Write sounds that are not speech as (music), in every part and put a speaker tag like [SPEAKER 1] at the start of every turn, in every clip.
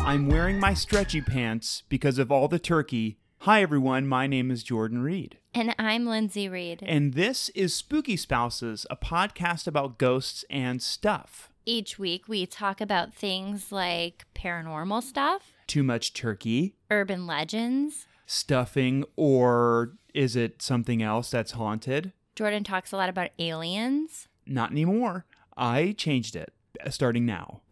[SPEAKER 1] I'm wearing my stretchy pants because of all the turkey. Hi, everyone. My name is Jordan Reed.
[SPEAKER 2] And I'm Lindsay Reed.
[SPEAKER 1] And this is Spooky Spouses, a podcast about ghosts and stuff.
[SPEAKER 2] Each week we talk about things like paranormal stuff,
[SPEAKER 1] Too much turkey,
[SPEAKER 2] urban legends.
[SPEAKER 1] stuffing, or is it something else that's haunted?
[SPEAKER 2] Jordan talks a lot about aliens.
[SPEAKER 1] Not anymore. I changed it uh, starting now.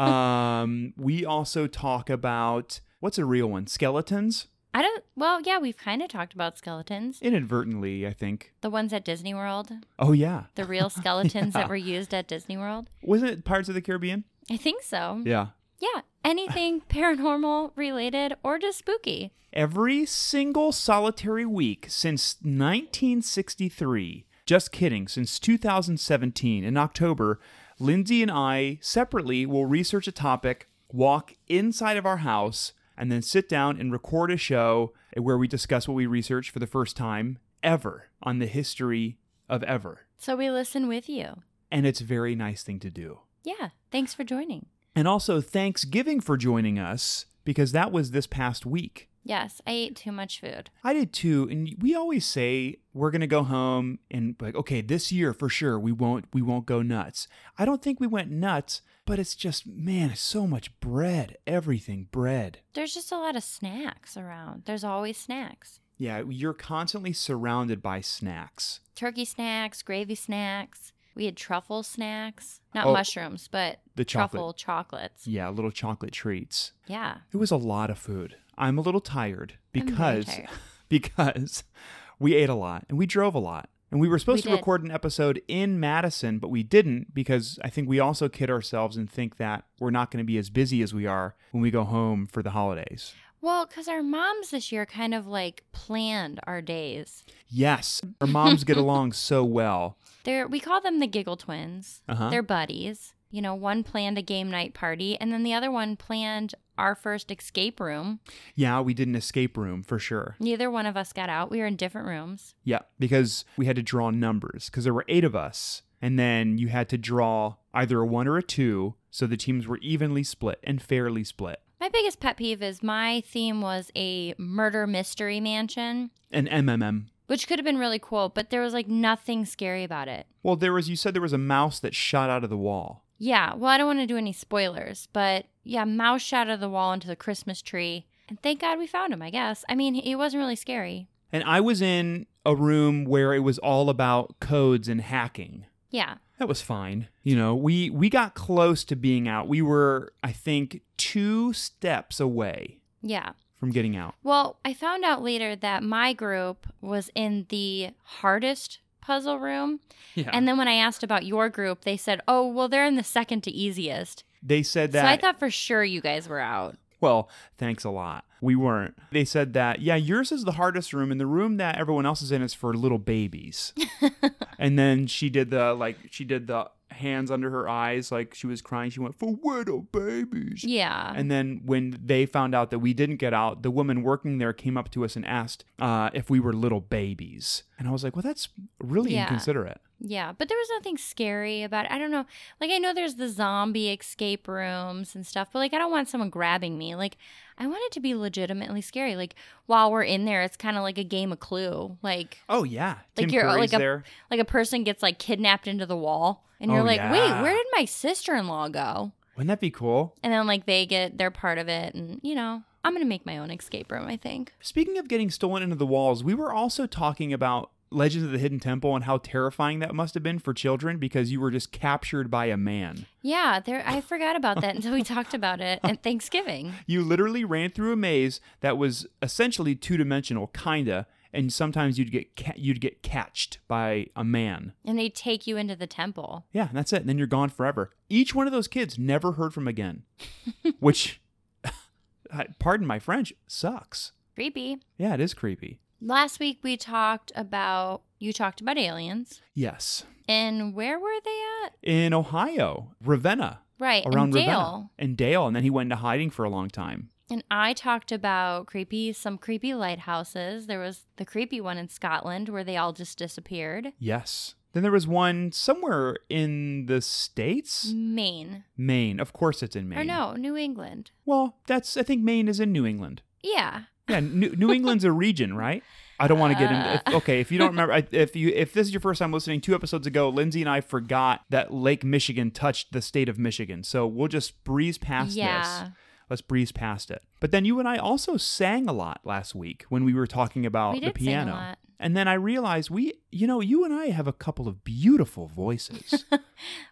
[SPEAKER 1] um, we also talk about what's a real one? Skeletons?
[SPEAKER 2] I don't, well, yeah, we've kind of talked about skeletons.
[SPEAKER 1] Inadvertently, I think.
[SPEAKER 2] The ones at Disney World,
[SPEAKER 1] Oh, yeah. (laughs)
[SPEAKER 2] the real skeletons
[SPEAKER 1] Yeah.
[SPEAKER 2] that were used at Disney World.
[SPEAKER 1] Wasn't it Pirates of the Caribbean?
[SPEAKER 2] I think so.
[SPEAKER 1] Yeah.
[SPEAKER 2] Yeah,
[SPEAKER 1] (laughs)
[SPEAKER 2] anything paranormal related or just spooky.
[SPEAKER 1] Every single solitary week since 1963, just kidding, since 2017 in October, Lindsay and I separately will research a topic, walk inside of our house, and then sit down and record a show where we discuss what we researched for the first time ever on the history of ever.
[SPEAKER 2] So we listen with you.
[SPEAKER 1] And it's a very nice thing to do.
[SPEAKER 2] Yeah, thanks for joining.
[SPEAKER 1] And also, Thanksgiving for joining us because that was this past week.
[SPEAKER 2] Yes, I ate too much food.
[SPEAKER 1] I did too, and we always say we're gonna go home and like, okay, this year for sure we won't we won't go nuts. I don't think we went nuts, but it's just man, it's so much bread, everything bread.
[SPEAKER 2] There's just a lot of snacks around. There's always snacks.
[SPEAKER 1] Yeah, you're constantly surrounded by snacks.
[SPEAKER 2] turkey snacks, gravy snacks. We had truffle snacks, not
[SPEAKER 1] Oh,
[SPEAKER 2] mushrooms, but
[SPEAKER 1] the chocolate. Mm.
[SPEAKER 2] truffle chocolates.
[SPEAKER 1] Yeah, little chocolate treats.
[SPEAKER 2] Yeah.
[SPEAKER 1] It was a lot of food. I'm a little tired
[SPEAKER 2] I'm very
[SPEAKER 1] because
[SPEAKER 2] tired.
[SPEAKER 1] (laughs) because we ate a lot and we drove a lot. And we were supposed to
[SPEAKER 2] We did.
[SPEAKER 1] record an episode in Madison, but we didn't because I think we also kid ourselves and think that we're not going to be as busy as we are when we go home for the holidays.
[SPEAKER 2] Well, because our moms this year kind of like planned our days.
[SPEAKER 1] Yes, our moms
[SPEAKER 2] (laughs)
[SPEAKER 1] get along so well.
[SPEAKER 2] They're we call them the giggle twins.
[SPEAKER 1] Uh-huh.
[SPEAKER 2] They're buddies. You know, one planned a game night party, and then the other one planned our first escape room.
[SPEAKER 1] Yeah, we did an escape room for sure.
[SPEAKER 2] Neither one of us got out. We were in different rooms.
[SPEAKER 1] Yeah, because we had to draw numbers because there were eight of us. And then you had to draw either a one or a two. So the teams were evenly split and fairly split.
[SPEAKER 2] My biggest pet peeve is my theme was a murder mystery mansion.
[SPEAKER 1] And MMM.
[SPEAKER 2] which could have been really cool, but there was like nothing scary about it.
[SPEAKER 1] Well, there was, you said there was a mouse that shot out of the wall.
[SPEAKER 2] Yeah, well, I don't want to do any spoilers, but yeah, mouse shot out of the wall into the Christmas tree. And thank God we found him, I guess. I mean, he wasn't really scary.
[SPEAKER 1] And I was in a room where it was all about codes and hacking.
[SPEAKER 2] Yeah.
[SPEAKER 1] That was fine. You know, we we got close to being out. We were, I think, two steps away
[SPEAKER 2] Yeah.
[SPEAKER 1] from getting out.
[SPEAKER 2] Well, I found out later that my group was in the hardest puzzle room.
[SPEAKER 1] Yeah.
[SPEAKER 2] And then when I asked about your group, they said, oh, well, they're in the second to easiest.
[SPEAKER 1] they said that
[SPEAKER 2] so I thought for sure you guys were out.
[SPEAKER 1] well, thanks a lot. We weren't. They said that, yeah, yours is the hardest room and the room that everyone else is in is for little
[SPEAKER 2] (laughs)
[SPEAKER 1] babies. and then she did the like she did the hands under her eyes like she was crying. She went, "For little babies."
[SPEAKER 2] Yeah.
[SPEAKER 1] And then when they found out that we didn't get out, the woman working there came up to us and asked uh, if we were little babies. And I was like, well, that's really
[SPEAKER 2] Yeah.
[SPEAKER 1] inconsiderate.
[SPEAKER 2] Yeah, but there was nothing scary about it. I don't know. Like I know there's the zombie escape rooms and stuff, but like I don't want someone grabbing me. Like I want it to be legitimately scary. Like while we're in there, it's kind of like a game of Clue. Like
[SPEAKER 1] Oh yeah,
[SPEAKER 2] Like
[SPEAKER 1] Tim
[SPEAKER 2] you're, uh,
[SPEAKER 1] Curry's
[SPEAKER 2] like, a-
[SPEAKER 1] there.
[SPEAKER 2] like a person gets like kidnapped into the wall, and you're
[SPEAKER 1] Oh,
[SPEAKER 2] like,
[SPEAKER 1] yeah.
[SPEAKER 2] wait, where did my sister-in-law go?
[SPEAKER 1] Wouldn't that be cool?
[SPEAKER 2] And then like they get they're part of it, and you know I'm gonna make my own escape room. I think.
[SPEAKER 1] Speaking of getting stolen into the walls, we were also talking about Legends of the Hidden Temple and how terrifying that must have been for children because you were just captured by a man.
[SPEAKER 2] Yeah, there. I forgot about that until we talked about it
[SPEAKER 1] (laughs)
[SPEAKER 2] at Thanksgiving.
[SPEAKER 1] You literally ran through a maze that was essentially two-dimensional, kinda, and sometimes you'd get ca- you'd get catched by a man.
[SPEAKER 2] And they take you into the temple.
[SPEAKER 1] Yeah, and that's it. And then you're gone forever. Each one of those kids never heard from again, which, (laughs) I- pardon my French, sucks.
[SPEAKER 2] Creepy.
[SPEAKER 1] Yeah, it is creepy.
[SPEAKER 2] Last week we talked about you talked about aliens
[SPEAKER 1] Yes.
[SPEAKER 2] and where were they at?
[SPEAKER 1] In Ohio, Ravenna,
[SPEAKER 2] Right,
[SPEAKER 1] around
[SPEAKER 2] and Dale.
[SPEAKER 1] Ravenna. And Dale. And then he went into hiding for a long time.
[SPEAKER 2] And I talked about creepy some creepy lighthouses. There was the creepy one in Scotland where they all just disappeared.
[SPEAKER 1] Yes. Then there was one somewhere in the States?
[SPEAKER 2] Maine.
[SPEAKER 1] Maine. Of course it's in Maine.
[SPEAKER 2] Or no, New England.
[SPEAKER 1] Well, that's, I think Maine is in New England.
[SPEAKER 2] Yeah.
[SPEAKER 1] Yeah, New, New England's a region, right? I don't want to get into.
[SPEAKER 2] Uh.
[SPEAKER 1] If, okay, if you don't remember, I- if you if this is your first time listening, two episodes ago, Lindsay and I forgot that Lake Michigan touched the state of Michigan, so we'll just breeze past
[SPEAKER 2] Yeah.
[SPEAKER 1] this. Let's breeze past it. But then you and I also sang a lot last week when we were talking about
[SPEAKER 2] We
[SPEAKER 1] the
[SPEAKER 2] did sing a
[SPEAKER 1] piano.
[SPEAKER 2] lot.
[SPEAKER 1] And then I realized we, you know, you and I have a couple of beautiful voices.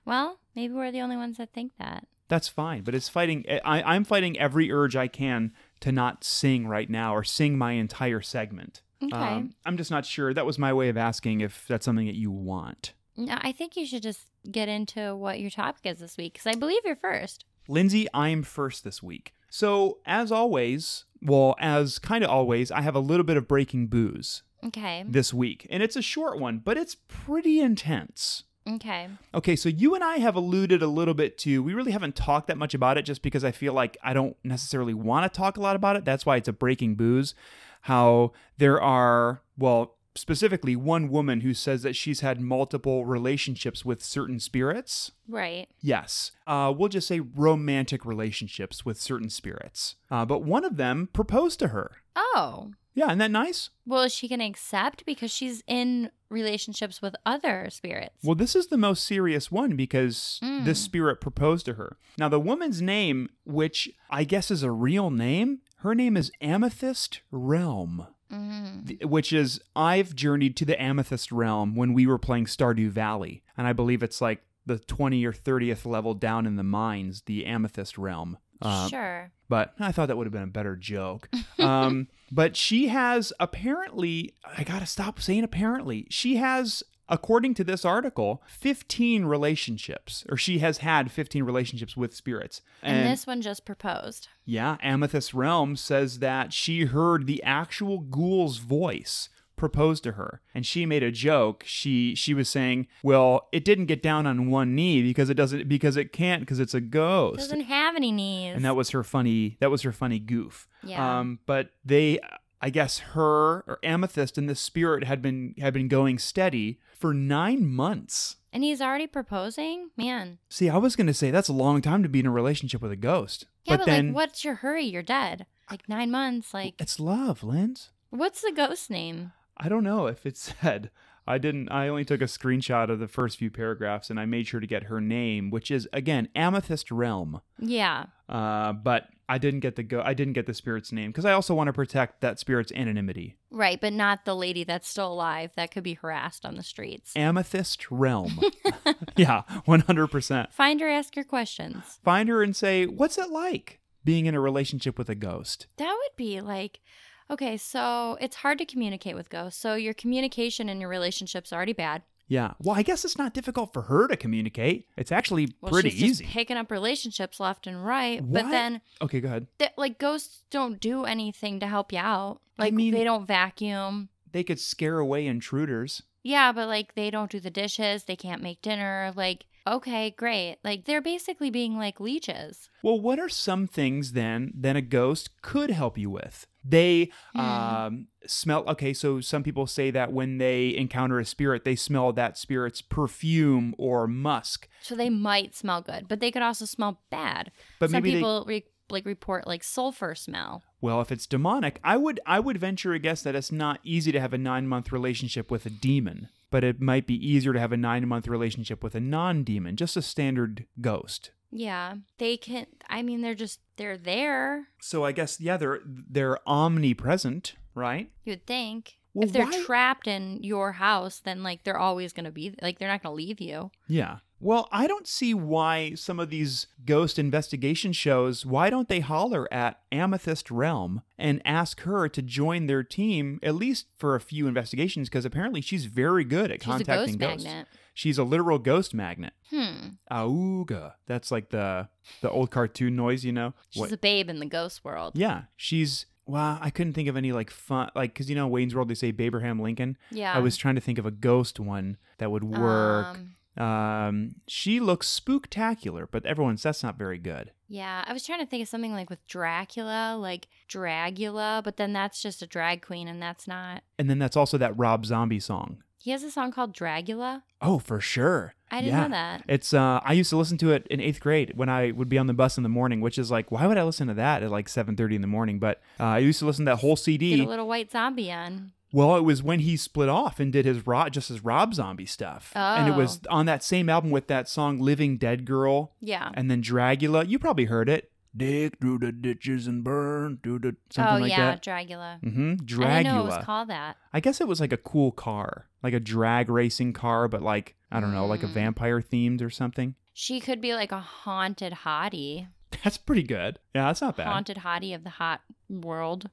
[SPEAKER 2] Well, maybe we're the only ones that think that.
[SPEAKER 1] That's fine, but it's fighting. eh, I, I'm fighting every urge I can to not sing right now or sing my entire segment. Um,
[SPEAKER 2] Okay.
[SPEAKER 1] I'm just not sure. That was my way of asking if that's something that you want.
[SPEAKER 2] No, I think you should just get into what your topic is this week because I believe you're first.
[SPEAKER 1] Lindsay, I'm first this week. So, as always, well, as kind of always, I have a little bit of breaking booze
[SPEAKER 2] Okay.
[SPEAKER 1] this week, and it's a short one, but it's pretty intense.
[SPEAKER 2] Okay.
[SPEAKER 1] Okay, so you and I have alluded a little bit to, we really haven't talked that much about it just because I feel like I don't necessarily want to talk a lot about it. That's why it's a breaking booze. How there are, well, specifically one woman who says that she's had multiple relationships with certain spirits.
[SPEAKER 2] Right.
[SPEAKER 1] Yes. Uh, we'll just say romantic relationships with certain spirits. Uh, but one of them proposed to her.
[SPEAKER 2] Oh.
[SPEAKER 1] Yeah, isn't that nice?
[SPEAKER 2] Well, is she going to accept because she's in relationships with other spirits?
[SPEAKER 1] Well, this is the most serious one because
[SPEAKER 2] Mm.
[SPEAKER 1] this spirit proposed to her. Now, the woman's name, which I guess is a real name, her name is Amethyst Realm,
[SPEAKER 2] mm.
[SPEAKER 1] th- which is I've journeyed to the Amethyst Realm when we were playing Stardew Valley. And I believe it's like the 20 or 30th level down in the mines, the Amethyst Realm. Uh,
[SPEAKER 2] sure.
[SPEAKER 1] but I thought that would have been a better joke. Um, but she has apparently, I gotta stop saying apparently, she has, according to this article, 15 relationships, or she has had 15 relationships with spirits.
[SPEAKER 2] And, this one just proposed.
[SPEAKER 1] yeah, Amethyst Realm says that she heard the actual ghoul's voice proposed to her and she made a joke she she was saying well it didn't get down on one knee because it doesn't because it can't because it's a ghost
[SPEAKER 2] Doesn't have any knees.
[SPEAKER 1] Oh, and that was her funny that was her funny goof
[SPEAKER 2] Yeah.
[SPEAKER 1] um but they i guess her or amethyst and the spirit had been had been going steady for nine months
[SPEAKER 2] and he's already proposing? Man.
[SPEAKER 1] see i was gonna say that's a long time to be in a relationship with a ghost
[SPEAKER 2] Yeah, but,
[SPEAKER 1] but, then
[SPEAKER 2] like, what's your hurry? You're dead. Like nine months. Like,
[SPEAKER 1] it's love lens
[SPEAKER 2] what's the ghost name?
[SPEAKER 1] i don't know if it (laughs) said i didn't i only took a screenshot of the first few paragraphs and i made sure to get her name which is again amethyst realm
[SPEAKER 2] Yeah.
[SPEAKER 1] uh but i didn't get the go i didn't get the spirit's name because i also want to protect that spirit's anonymity
[SPEAKER 2] Right, but not the lady that's still alive that could be harassed on the streets.
[SPEAKER 1] Amethyst
[SPEAKER 2] (laughs)
[SPEAKER 1] Realm. (laughs) yeah, 100%.
[SPEAKER 2] Find her, ask her questions.
[SPEAKER 1] Find her and say, What's it like being in a relationship with a ghost?
[SPEAKER 2] That would be like, okay, so it's hard to communicate with ghosts. So your communication and your relationship's already bad.
[SPEAKER 1] Yeah. Well, I guess it's not difficult for her to communicate. It's actually
[SPEAKER 2] Well,
[SPEAKER 1] pretty
[SPEAKER 2] she's
[SPEAKER 1] easy.
[SPEAKER 2] Just picking up relationships left and right, but
[SPEAKER 1] What?
[SPEAKER 2] then
[SPEAKER 1] okay, go ahead.
[SPEAKER 2] th- like ghosts don't do anything to help you out.
[SPEAKER 1] I
[SPEAKER 2] Like
[SPEAKER 1] mean-
[SPEAKER 2] they don't vacuum.
[SPEAKER 1] They could scare away intruders.
[SPEAKER 2] Yeah, but like they don't do the dishes. They can't make dinner. Like okay, great. Like they're basically being like leeches.
[SPEAKER 1] Well, what are some things then then a ghost could help you with? They
[SPEAKER 2] Hmm.
[SPEAKER 1] um, smell. Okay, so some people say that when they encounter a spirit, they smell that spirit's perfume or musk.
[SPEAKER 2] So they might smell good, but they could also smell bad.
[SPEAKER 1] But
[SPEAKER 2] Some
[SPEAKER 1] maybe they-
[SPEAKER 2] people re- like report like sulfur smell.
[SPEAKER 1] Well, if it's demonic, I would I would venture a guess that it's not easy to have a 9-month relationship with a demon, but it might be easier to have a 9-month relationship with a non-demon, just a standard ghost.
[SPEAKER 2] Yeah, they can. I mean, they're just they're there.
[SPEAKER 1] So I guess yeah, they're they're omnipresent, right?
[SPEAKER 2] You'd think
[SPEAKER 1] Well,
[SPEAKER 2] if they're
[SPEAKER 1] why-
[SPEAKER 2] trapped in your house, then like they're always gonna be like they're not gonna leave you.
[SPEAKER 1] Yeah. Well, I don't see why some of these ghost investigation shows, why don't they holler at Amethyst Realm and ask her to join their team at least for a few investigations because apparently she's very good at
[SPEAKER 2] She's a
[SPEAKER 1] contacting
[SPEAKER 2] ghost
[SPEAKER 1] ghosts.
[SPEAKER 2] magnet.
[SPEAKER 1] She's a literal ghost magnet.
[SPEAKER 2] Hmm.
[SPEAKER 1] Auga. That's like the the old cartoon noise, you know.
[SPEAKER 2] She's a babe in the ghost world.
[SPEAKER 1] yeah, she's. Wow, I couldn't think of any like fun, like because you know Wayne's World they say Abraham Lincoln.
[SPEAKER 2] Yeah.
[SPEAKER 1] I was trying to think of a ghost one that would work.
[SPEAKER 2] Um,
[SPEAKER 1] Um, she looks spooktacular, but everyone's that's not very good.
[SPEAKER 2] yeah, I was trying to think of something like with Dracula, like Dragula, but then that's just a drag queen, and that's not.
[SPEAKER 1] And then that's also that Rob Zombie song.
[SPEAKER 2] He has a song called Dragula.
[SPEAKER 1] Oh, for sure.
[SPEAKER 2] I didn't
[SPEAKER 1] yeah.
[SPEAKER 2] know that.
[SPEAKER 1] It's uh, I used to listen to it in eighth grade when I would be on the bus in the morning, which is like, why would I listen to that at like seven thirty in the morning? But uh, I used to listen to that whole CD.
[SPEAKER 2] Get a little white zombie on.
[SPEAKER 1] Well, it was when he split off and did his Rob, just his Rob Zombie stuff, and it
[SPEAKER 2] Oh.
[SPEAKER 1] was on that same album with that song "Living Dead Girl"
[SPEAKER 2] Yeah.
[SPEAKER 1] and then Dragula. You probably heard it. Dig through the ditches and burn through the something
[SPEAKER 2] oh
[SPEAKER 1] like
[SPEAKER 2] yeah,
[SPEAKER 1] that.
[SPEAKER 2] Dragula.
[SPEAKER 1] Mm-hmm. Dragula.
[SPEAKER 2] I didn't know it was called that.
[SPEAKER 1] I guess it was like a cool car, like a drag racing car, but like I don't know, like a
[SPEAKER 2] Mm.
[SPEAKER 1] vampire themed or something. (laughs)
[SPEAKER 2] She could be like a haunted hottie.
[SPEAKER 1] That's pretty good. Yeah, that's not bad.
[SPEAKER 2] Haunted hottie of the hot world.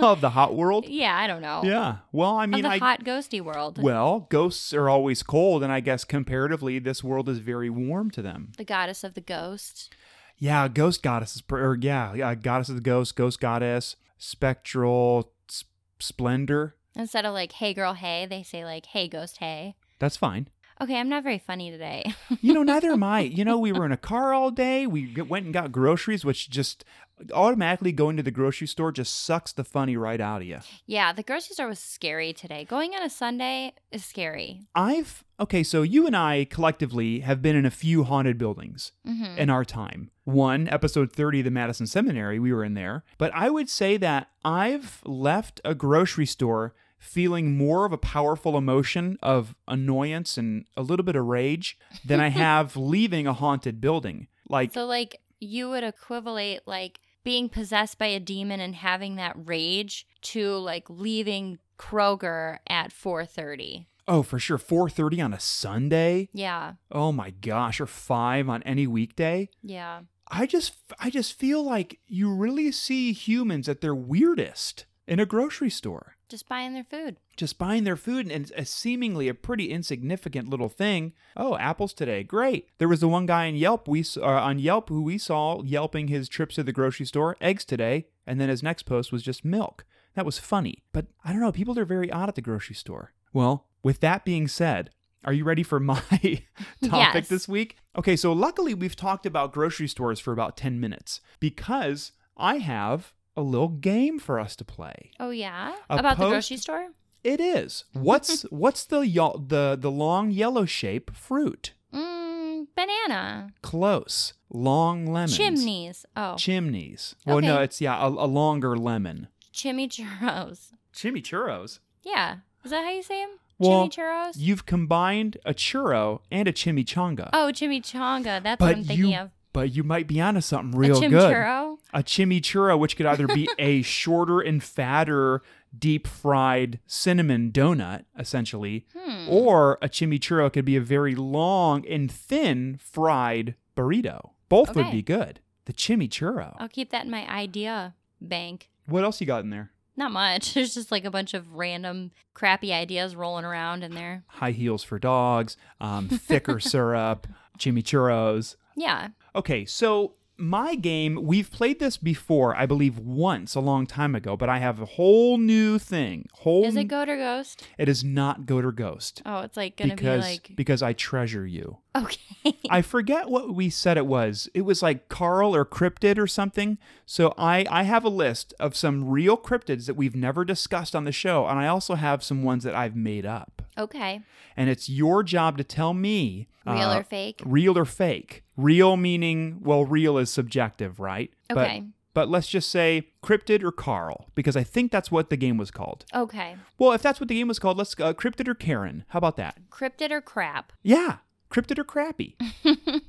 [SPEAKER 1] of the hot
[SPEAKER 2] (laughs)
[SPEAKER 1] world.
[SPEAKER 2] yeah, I don't know.
[SPEAKER 1] Yeah. Well, I mean,
[SPEAKER 2] of the
[SPEAKER 1] I
[SPEAKER 2] hot ghosty world.
[SPEAKER 1] well, ghosts are always cold, and I guess comparatively, this world is very warm to them.
[SPEAKER 2] the goddess of the ghost.
[SPEAKER 1] Yeah, ghost goddess is, pr- or yeah, yeah, goddess of the ghost, ghost goddess, spectral s- splendor.
[SPEAKER 2] Instead of like, hey girl, hey, they say like, hey ghost, hey.
[SPEAKER 1] That's fine.
[SPEAKER 2] Okay, I'm not very funny today. (laughs)
[SPEAKER 1] You know, neither am I. You know, we were in a car all day. We g- went and got groceries, which just automatically going to the grocery store just sucks the funny right out of you.
[SPEAKER 2] yeah, the grocery store was scary today. Going on a Sunday is scary.
[SPEAKER 1] I've, okay, so you and I collectively have been in a few haunted buildings.
[SPEAKER 2] Mm-hmm.
[SPEAKER 1] in our time. One, episode 30 of the Madison Seminary, we were in there. But I would say that I've left a grocery store feeling more of a powerful emotion of annoyance and a little bit of rage than
[SPEAKER 2] (laughs)
[SPEAKER 1] I have leaving a haunted building. Like,
[SPEAKER 2] So like, you would equivalate like being possessed by a demon and having that rage to like leaving Kroger at 4:30.
[SPEAKER 1] oh, for sure, 4.30 on a Sunday?
[SPEAKER 2] Yeah.
[SPEAKER 1] Oh my gosh, or 5 on any weekday?
[SPEAKER 2] Yeah.
[SPEAKER 1] I just, I just feel like you really see humans at their weirdest in a grocery store.
[SPEAKER 2] Just buying their food.
[SPEAKER 1] just buying their food and it's a seemingly a pretty insignificant little thing. Oh, apples today, great. There was the one guy on Yelp we s- uh, on Yelp who we saw yelping his trips to the grocery store, eggs today, and then his next post was just milk. That was funny, but I don't know. People are very odd at the grocery store. Well, with that being said. Are you ready for my (laughs) topic
[SPEAKER 2] Yes.
[SPEAKER 1] this week? Okay, so luckily we've talked about grocery stores for about 10 minutes because I have a little game for us to play.
[SPEAKER 2] Oh yeah.
[SPEAKER 1] A
[SPEAKER 2] About the
[SPEAKER 1] post-
[SPEAKER 2] grocery store?
[SPEAKER 1] It is.
[SPEAKER 2] (laughs)
[SPEAKER 1] What's what's the yel- the the long yellow shape fruit?
[SPEAKER 2] Mm, banana.
[SPEAKER 1] Close. Long lemons.
[SPEAKER 2] Chimneys. Oh.
[SPEAKER 1] Chimneys. Well, no,
[SPEAKER 2] Okay.
[SPEAKER 1] it's yeah, a, a longer lemon.
[SPEAKER 2] chimichurros.
[SPEAKER 1] Chimichurros.
[SPEAKER 2] Yeah. Is that how you say them?
[SPEAKER 1] Well,
[SPEAKER 2] chimichurros?
[SPEAKER 1] You've combined a churro and a chimichanga.
[SPEAKER 2] oh, chimichanga. That's what
[SPEAKER 1] but
[SPEAKER 2] I'm thinking
[SPEAKER 1] you
[SPEAKER 2] of.
[SPEAKER 1] but you might be onto something
[SPEAKER 2] a
[SPEAKER 1] real good.
[SPEAKER 2] chimichurro?
[SPEAKER 1] A chimichurro, which could either be
[SPEAKER 2] (laughs)
[SPEAKER 1] a shorter and fatter deep fried cinnamon donut, essentially,
[SPEAKER 2] Hmm.
[SPEAKER 1] Or a chimichurro could be a very long and thin fried burrito. Both would
[SPEAKER 2] Okay.
[SPEAKER 1] be good. The chimichurro.
[SPEAKER 2] I'll keep that in my idea bank.
[SPEAKER 1] What else you got in there?
[SPEAKER 2] Not much. (laughs) There's just like a bunch of random crappy ideas rolling around in there.
[SPEAKER 1] High heels for dogs, um,
[SPEAKER 2] (laughs)
[SPEAKER 1] thicker syrup, chimichurros.
[SPEAKER 2] Yeah.
[SPEAKER 1] Okay, so my game, we've played this before, I believe once a long time ago, but I have a whole new thing. Whole
[SPEAKER 2] Is it
[SPEAKER 1] n-
[SPEAKER 2] goat or ghost?
[SPEAKER 1] it is not goat or ghost.
[SPEAKER 2] Oh, it's like gonna
[SPEAKER 1] Because
[SPEAKER 2] be like
[SPEAKER 1] because I treasure you.
[SPEAKER 2] (laughs) okay.
[SPEAKER 1] I forget what we said it was. It was like Carl or cryptid or something. So I I have a list of some real cryptids that we've never discussed on the show, and I also have some ones that I've made up.
[SPEAKER 2] okay.
[SPEAKER 1] And it's your job to tell me
[SPEAKER 2] Real
[SPEAKER 1] uh,
[SPEAKER 2] or fake?
[SPEAKER 1] real or fake. Real meaning well, real is subjective, right?
[SPEAKER 2] Okay.
[SPEAKER 1] But, but let's just say cryptid or Carl because I think that's what the game was called.
[SPEAKER 2] Okay.
[SPEAKER 1] Well, if that's what the game was called, let's uh, cryptid or Karen. How about that?
[SPEAKER 2] Cryptid or crap?
[SPEAKER 1] Yeah, cryptid or
[SPEAKER 2] (laughs)
[SPEAKER 1] crappy.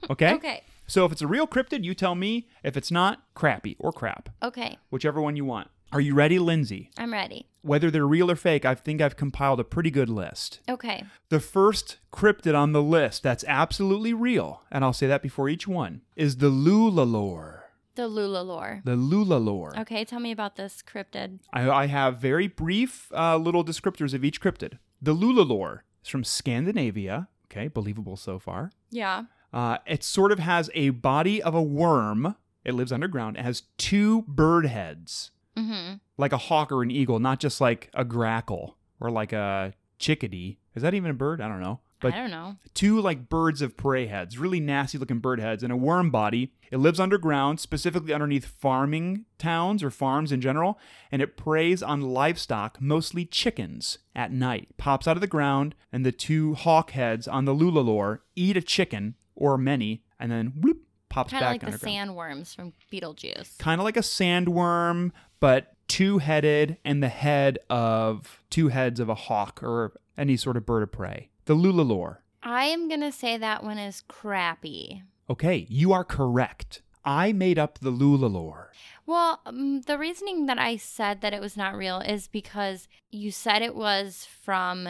[SPEAKER 1] Okay.
[SPEAKER 2] Okay.
[SPEAKER 1] So if it's a real cryptid, you tell me. If it's not, crappy or crap,
[SPEAKER 2] Okay.
[SPEAKER 1] whichever one you want. Are you ready, Lindsay?
[SPEAKER 2] I'm ready.
[SPEAKER 1] Whether they're real or fake, I think I've compiled a pretty good list.
[SPEAKER 2] Okay.
[SPEAKER 1] The first cryptid on the list that's absolutely real, and I'll say that before each one, is the Lulalore.
[SPEAKER 2] The Lula lore.
[SPEAKER 1] The Lulalore.
[SPEAKER 2] Okay, tell me about this cryptid.
[SPEAKER 1] I, I have very brief uh, little descriptors of each cryptid. The Lulalore is from Scandinavia. Okay, believable so far.
[SPEAKER 2] Yeah.
[SPEAKER 1] Uh, it sort of has a body of a worm. It lives underground. It has two bird heads,
[SPEAKER 2] Mm-hmm.
[SPEAKER 1] like a hawk or an eagle, not just like a grackle or like a chickadee. Is that even a bird? I don't know. But
[SPEAKER 2] I don't know.
[SPEAKER 1] two like birds of prey heads, really nasty looking bird heads, and a worm body. It lives underground, specifically underneath farming towns or farms in general, and it preys on livestock, mostly chickens, at night. Pops out of the ground, and the two hawk heads on the Lulalore eat a chicken or many, and then whoop, pops
[SPEAKER 2] Kind of
[SPEAKER 1] back
[SPEAKER 2] like the
[SPEAKER 1] underground.
[SPEAKER 2] sandworms from Beetlejuice.
[SPEAKER 1] Kind of like a sandworm, but two headed, and the head of two heads of a hawk or any sort of bird of prey. The Lulalore.
[SPEAKER 2] I am going to say that one is crappy.
[SPEAKER 1] Okay, you are correct. I made up the Lula lore.
[SPEAKER 2] Well, um, the reasoning that I said that it was not real is because you said it was from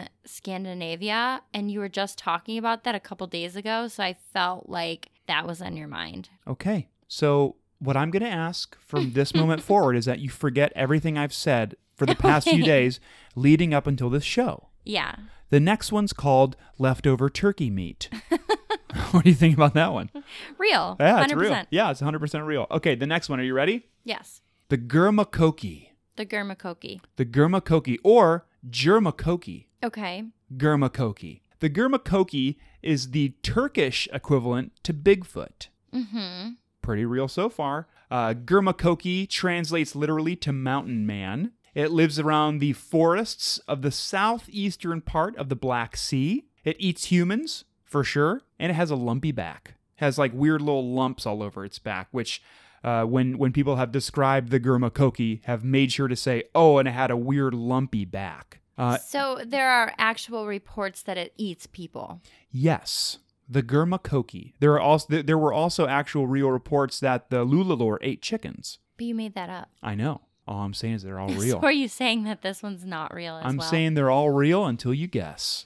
[SPEAKER 2] Scandinavia and you were just talking about that a couple days ago. So I felt like that was on your mind.
[SPEAKER 1] Okay, so what I'm going to ask from this moment forward is that you forget everything I've said for the past few
[SPEAKER 2] Okay.
[SPEAKER 1] days leading up until this show.
[SPEAKER 2] Yeah.
[SPEAKER 1] The next one's called Leftover Turkey Meat. what do you think about that one?
[SPEAKER 2] Real.
[SPEAKER 1] Yeah, it's real. Yeah, it's 100% real. Okay, the next one. Are you ready?
[SPEAKER 2] Yes.
[SPEAKER 1] The Gurmakoki.
[SPEAKER 2] The Gurmakoki.
[SPEAKER 1] The Gurmakoki or Germakoki.
[SPEAKER 2] Okay.
[SPEAKER 1] Gurmakoki. The Gurmakoki is the Turkish equivalent to Bigfoot.
[SPEAKER 2] Mm hmm.
[SPEAKER 1] pretty real so far. Uh, Gurmakoki translates literally to mountain man. It lives around the forests of the southeastern part of the Black Sea. It eats humans, for sure, and it has a lumpy back. Has like weird little lumps all over its back, which uh, when when people have described the Gurmakoki, have made sure to say, "Oh, and it had a weird lumpy back." Uh,
[SPEAKER 2] so there are actual reports that it eats people.
[SPEAKER 1] Yes, the Gurmakoki. There are also there- there were also actual real reports that the Lulalore ate chickens.
[SPEAKER 2] But you made that up.
[SPEAKER 1] I know. All I'm saying is they're
[SPEAKER 2] (laughs)
[SPEAKER 1] all
[SPEAKER 2] So
[SPEAKER 1] Oh, real.
[SPEAKER 2] are you saying that this one's not real as
[SPEAKER 1] I'm
[SPEAKER 2] well?
[SPEAKER 1] saying they're all real until you
[SPEAKER 2] (laughs)
[SPEAKER 1] guess.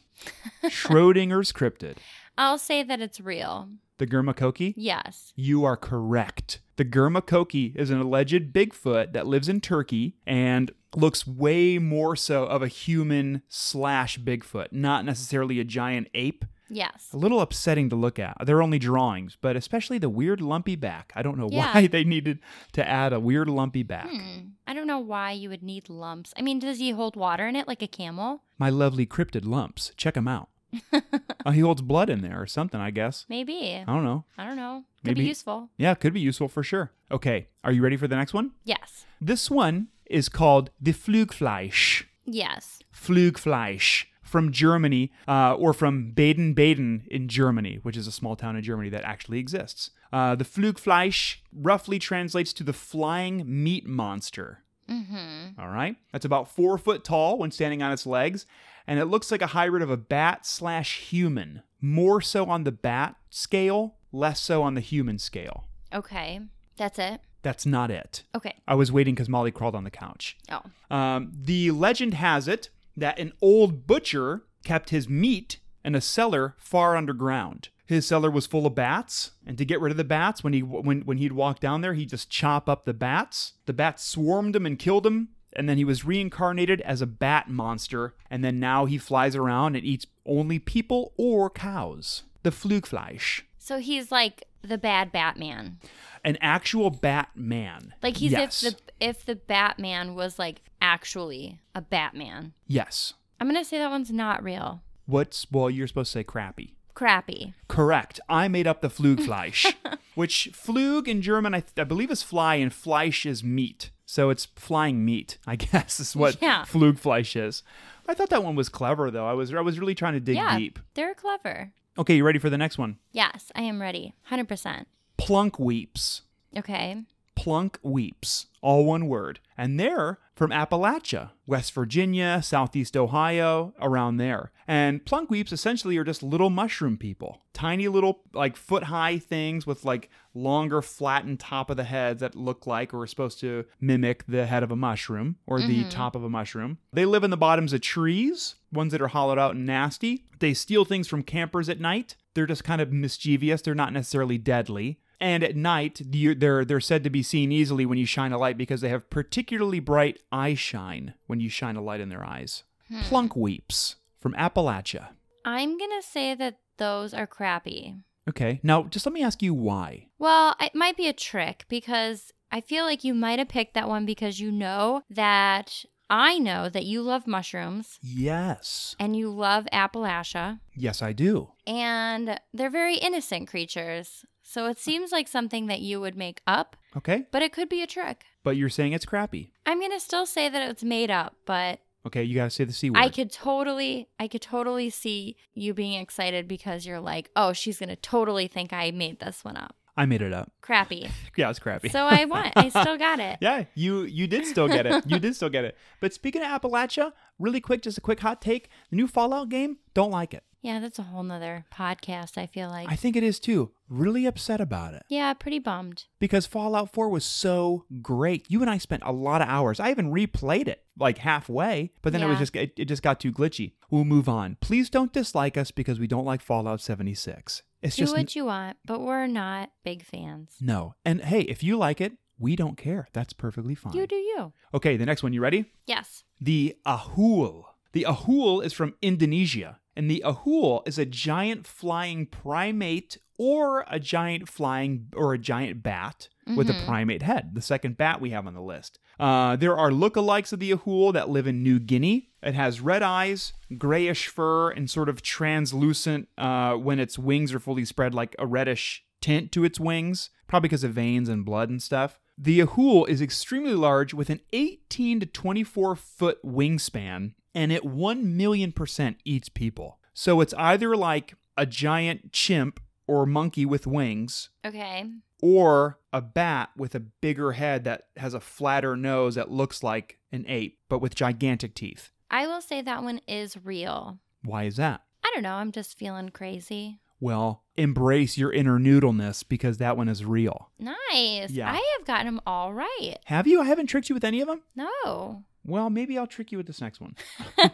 [SPEAKER 1] Schrodinger's cryptid.
[SPEAKER 2] I'll say that it's real.
[SPEAKER 1] The Gurmakoki?
[SPEAKER 2] Yes.
[SPEAKER 1] You are correct. The Gurmakoki is an alleged Bigfoot that lives in Turkey and looks way more so of a human slash Bigfoot, not necessarily a giant ape.
[SPEAKER 2] Yes.
[SPEAKER 1] A little upsetting to look at. They're only drawings, but especially the weird lumpy back. I don't know
[SPEAKER 2] Yeah.
[SPEAKER 1] why (laughs) they needed to add a weird lumpy back.
[SPEAKER 2] Hmm. I don't know why you would need lumps. I mean, does he hold water in it like a camel?
[SPEAKER 1] my lovely cryptid lumps. Check him out. Uh, he holds blood in there or something, I guess.
[SPEAKER 2] Maybe.
[SPEAKER 1] I don't know.
[SPEAKER 2] I don't know. Could
[SPEAKER 1] Maybe-
[SPEAKER 2] be useful.
[SPEAKER 1] Yeah, could be useful for sure. Okay, are you ready for the next one?
[SPEAKER 2] Yes.
[SPEAKER 1] This one is called the Flugfleisch.
[SPEAKER 2] Yes.
[SPEAKER 1] Flugfleisch from Germany uh, or from Baden Baden in Germany, which is a small town in Germany that actually exists. Uh, the Flugfleisch roughly translates to the flying meat monster.
[SPEAKER 2] Mm-hmm.
[SPEAKER 1] All right. That's about four foot tall when standing on its legs, and it looks like a hybrid of a bat slash human, more so on the bat scale, less so on the human scale.
[SPEAKER 2] Okay. That's it.
[SPEAKER 1] That's not it.
[SPEAKER 2] Okay.
[SPEAKER 1] I was waiting because Molly crawled on the couch.
[SPEAKER 2] Oh.
[SPEAKER 1] Um, the legend has it that an old butcher kept his meat in a cellar far underground. His cellar was full of bats, and to get rid of the bats, when he when when he'd walk down there, he'd just chop up the bats. The bats swarmed him and killed him, and then he was reincarnated as a bat monster. And then now he flies around and eats only people or cows. The Flugfleisch,
[SPEAKER 2] So he's like the bad Batman.
[SPEAKER 1] an actual bat man.
[SPEAKER 2] Like he's
[SPEAKER 1] yes.
[SPEAKER 2] if the if the Batman was like actually a Batman.
[SPEAKER 1] yes.
[SPEAKER 2] I'm gonna say that one's not real.
[SPEAKER 1] What's well? You're supposed to say crappy.
[SPEAKER 2] Crappy.
[SPEAKER 1] Correct. I made up the
[SPEAKER 2] (laughs)
[SPEAKER 1] Flugfleisch, which Flug in German, I, I believe, is fly, and Fleisch is meat. So it's flying meat, I (laughs) guess, is what
[SPEAKER 2] Yeah.
[SPEAKER 1] Flugfleisch is. I thought that one was clever, though. I was I was really trying to dig
[SPEAKER 2] yeah.
[SPEAKER 1] deep.
[SPEAKER 2] They're clever.
[SPEAKER 1] Okay, you ready for the next one?
[SPEAKER 2] Yes, I am ready. Hundred percent.
[SPEAKER 1] Plunk weeps.
[SPEAKER 2] Okay.
[SPEAKER 1] Plunk weeps. All one word. And they're from Appalachia, West Virginia, Southeast Ohio, around there. And plunk weeps essentially are just little mushroom people. Tiny little, like foot high things with like longer, flattened top of the heads that look like or are supposed to mimic the head of a mushroom or the top of a mushroom. They live in the bottoms of trees, ones that are hollowed out and nasty. They steal things from campers at night. They're just kind of mischievous, they're not necessarily deadly. And at night, you- they're they're said to be seen easily when you shine a light because they have particularly bright eye shine when you shine a light in their eyes.
[SPEAKER 2] Hmm.
[SPEAKER 1] Plunk weeps from Appalachia.
[SPEAKER 2] I'm gonna say that those are crappy.
[SPEAKER 1] Okay, now just let me ask you why.
[SPEAKER 2] Well, it might be a trick because I feel like you might have picked that one because you know that I know that you love mushrooms
[SPEAKER 1] Yes.
[SPEAKER 2] and you love Appalachia,
[SPEAKER 1] Yes, I do.
[SPEAKER 2] and they're very innocent creatures. So it seems like something that you would make up,
[SPEAKER 1] Okay.
[SPEAKER 2] but it could be a trick.
[SPEAKER 1] But you're saying it's crappy.
[SPEAKER 2] I'm going to still say that it's made up, but
[SPEAKER 1] Okay, you got to say the C word.
[SPEAKER 2] I could totally I could totally see you being excited because you're like, "Oh, she's going to totally think I made this one up."
[SPEAKER 1] I made it up.
[SPEAKER 2] Crappy.
[SPEAKER 1] Yeah, it's (laughs) crappy.
[SPEAKER 2] So I won. I still got it.
[SPEAKER 1] (laughs) Yeah, you you did still get
[SPEAKER 2] (laughs)
[SPEAKER 1] it. You did still get it. But speaking of Appalachia, really quick, just a quick hot take: the new Fallout game, don't like it.
[SPEAKER 2] Yeah, that's a whole nother podcast, I feel like.
[SPEAKER 1] I think it is too. Really upset about it
[SPEAKER 2] yeah, pretty bummed.
[SPEAKER 1] because Fallout 4 was so great. You and I spent a lot of hours. I even replayed it like halfway, but then it was
[SPEAKER 2] Yeah.
[SPEAKER 1] just it, it just got too glitchy. We'll move on. Please don't dislike us because we don't like Fallout 76. It's
[SPEAKER 2] Do
[SPEAKER 1] just
[SPEAKER 2] what you want, but we're not big fans.
[SPEAKER 1] no. And hey, if you like it, we don't care. That's perfectly fine.
[SPEAKER 2] You do you.
[SPEAKER 1] Okay, the next one. You ready?
[SPEAKER 2] Yes.
[SPEAKER 1] the ahul. The ahul is from Indonesia, and the ahul is a giant flying primate or a giant flying or a giant bat with a primate head, the second bat we have on the list. Uh, there are lookalikes of the ahul that live in New Guinea. It has red eyes, grayish fur, and sort of translucent uh, when its wings are fully spread, like a reddish tint to its wings, probably because of veins and blood and stuff. The Ahul is extremely large with an 18 to 24 foot wingspan, and it 1 million percent eats people. So it's either like a giant chimp or monkey with wings,
[SPEAKER 2] Okay.
[SPEAKER 1] or a bat with a bigger head that has a flatter nose that looks like an ape, but with gigantic teeth.
[SPEAKER 2] I will say that one is real.
[SPEAKER 1] Why is that?
[SPEAKER 2] I don't know. I'm just feeling crazy.
[SPEAKER 1] Well, embrace your inner noodleness because that one is real.
[SPEAKER 2] Nice.
[SPEAKER 1] Yeah.
[SPEAKER 2] I have gotten them all right.
[SPEAKER 1] Have you? I haven't tricked you with any of them.
[SPEAKER 2] No.
[SPEAKER 1] Well, maybe I'll trick you with this next one. (laughs)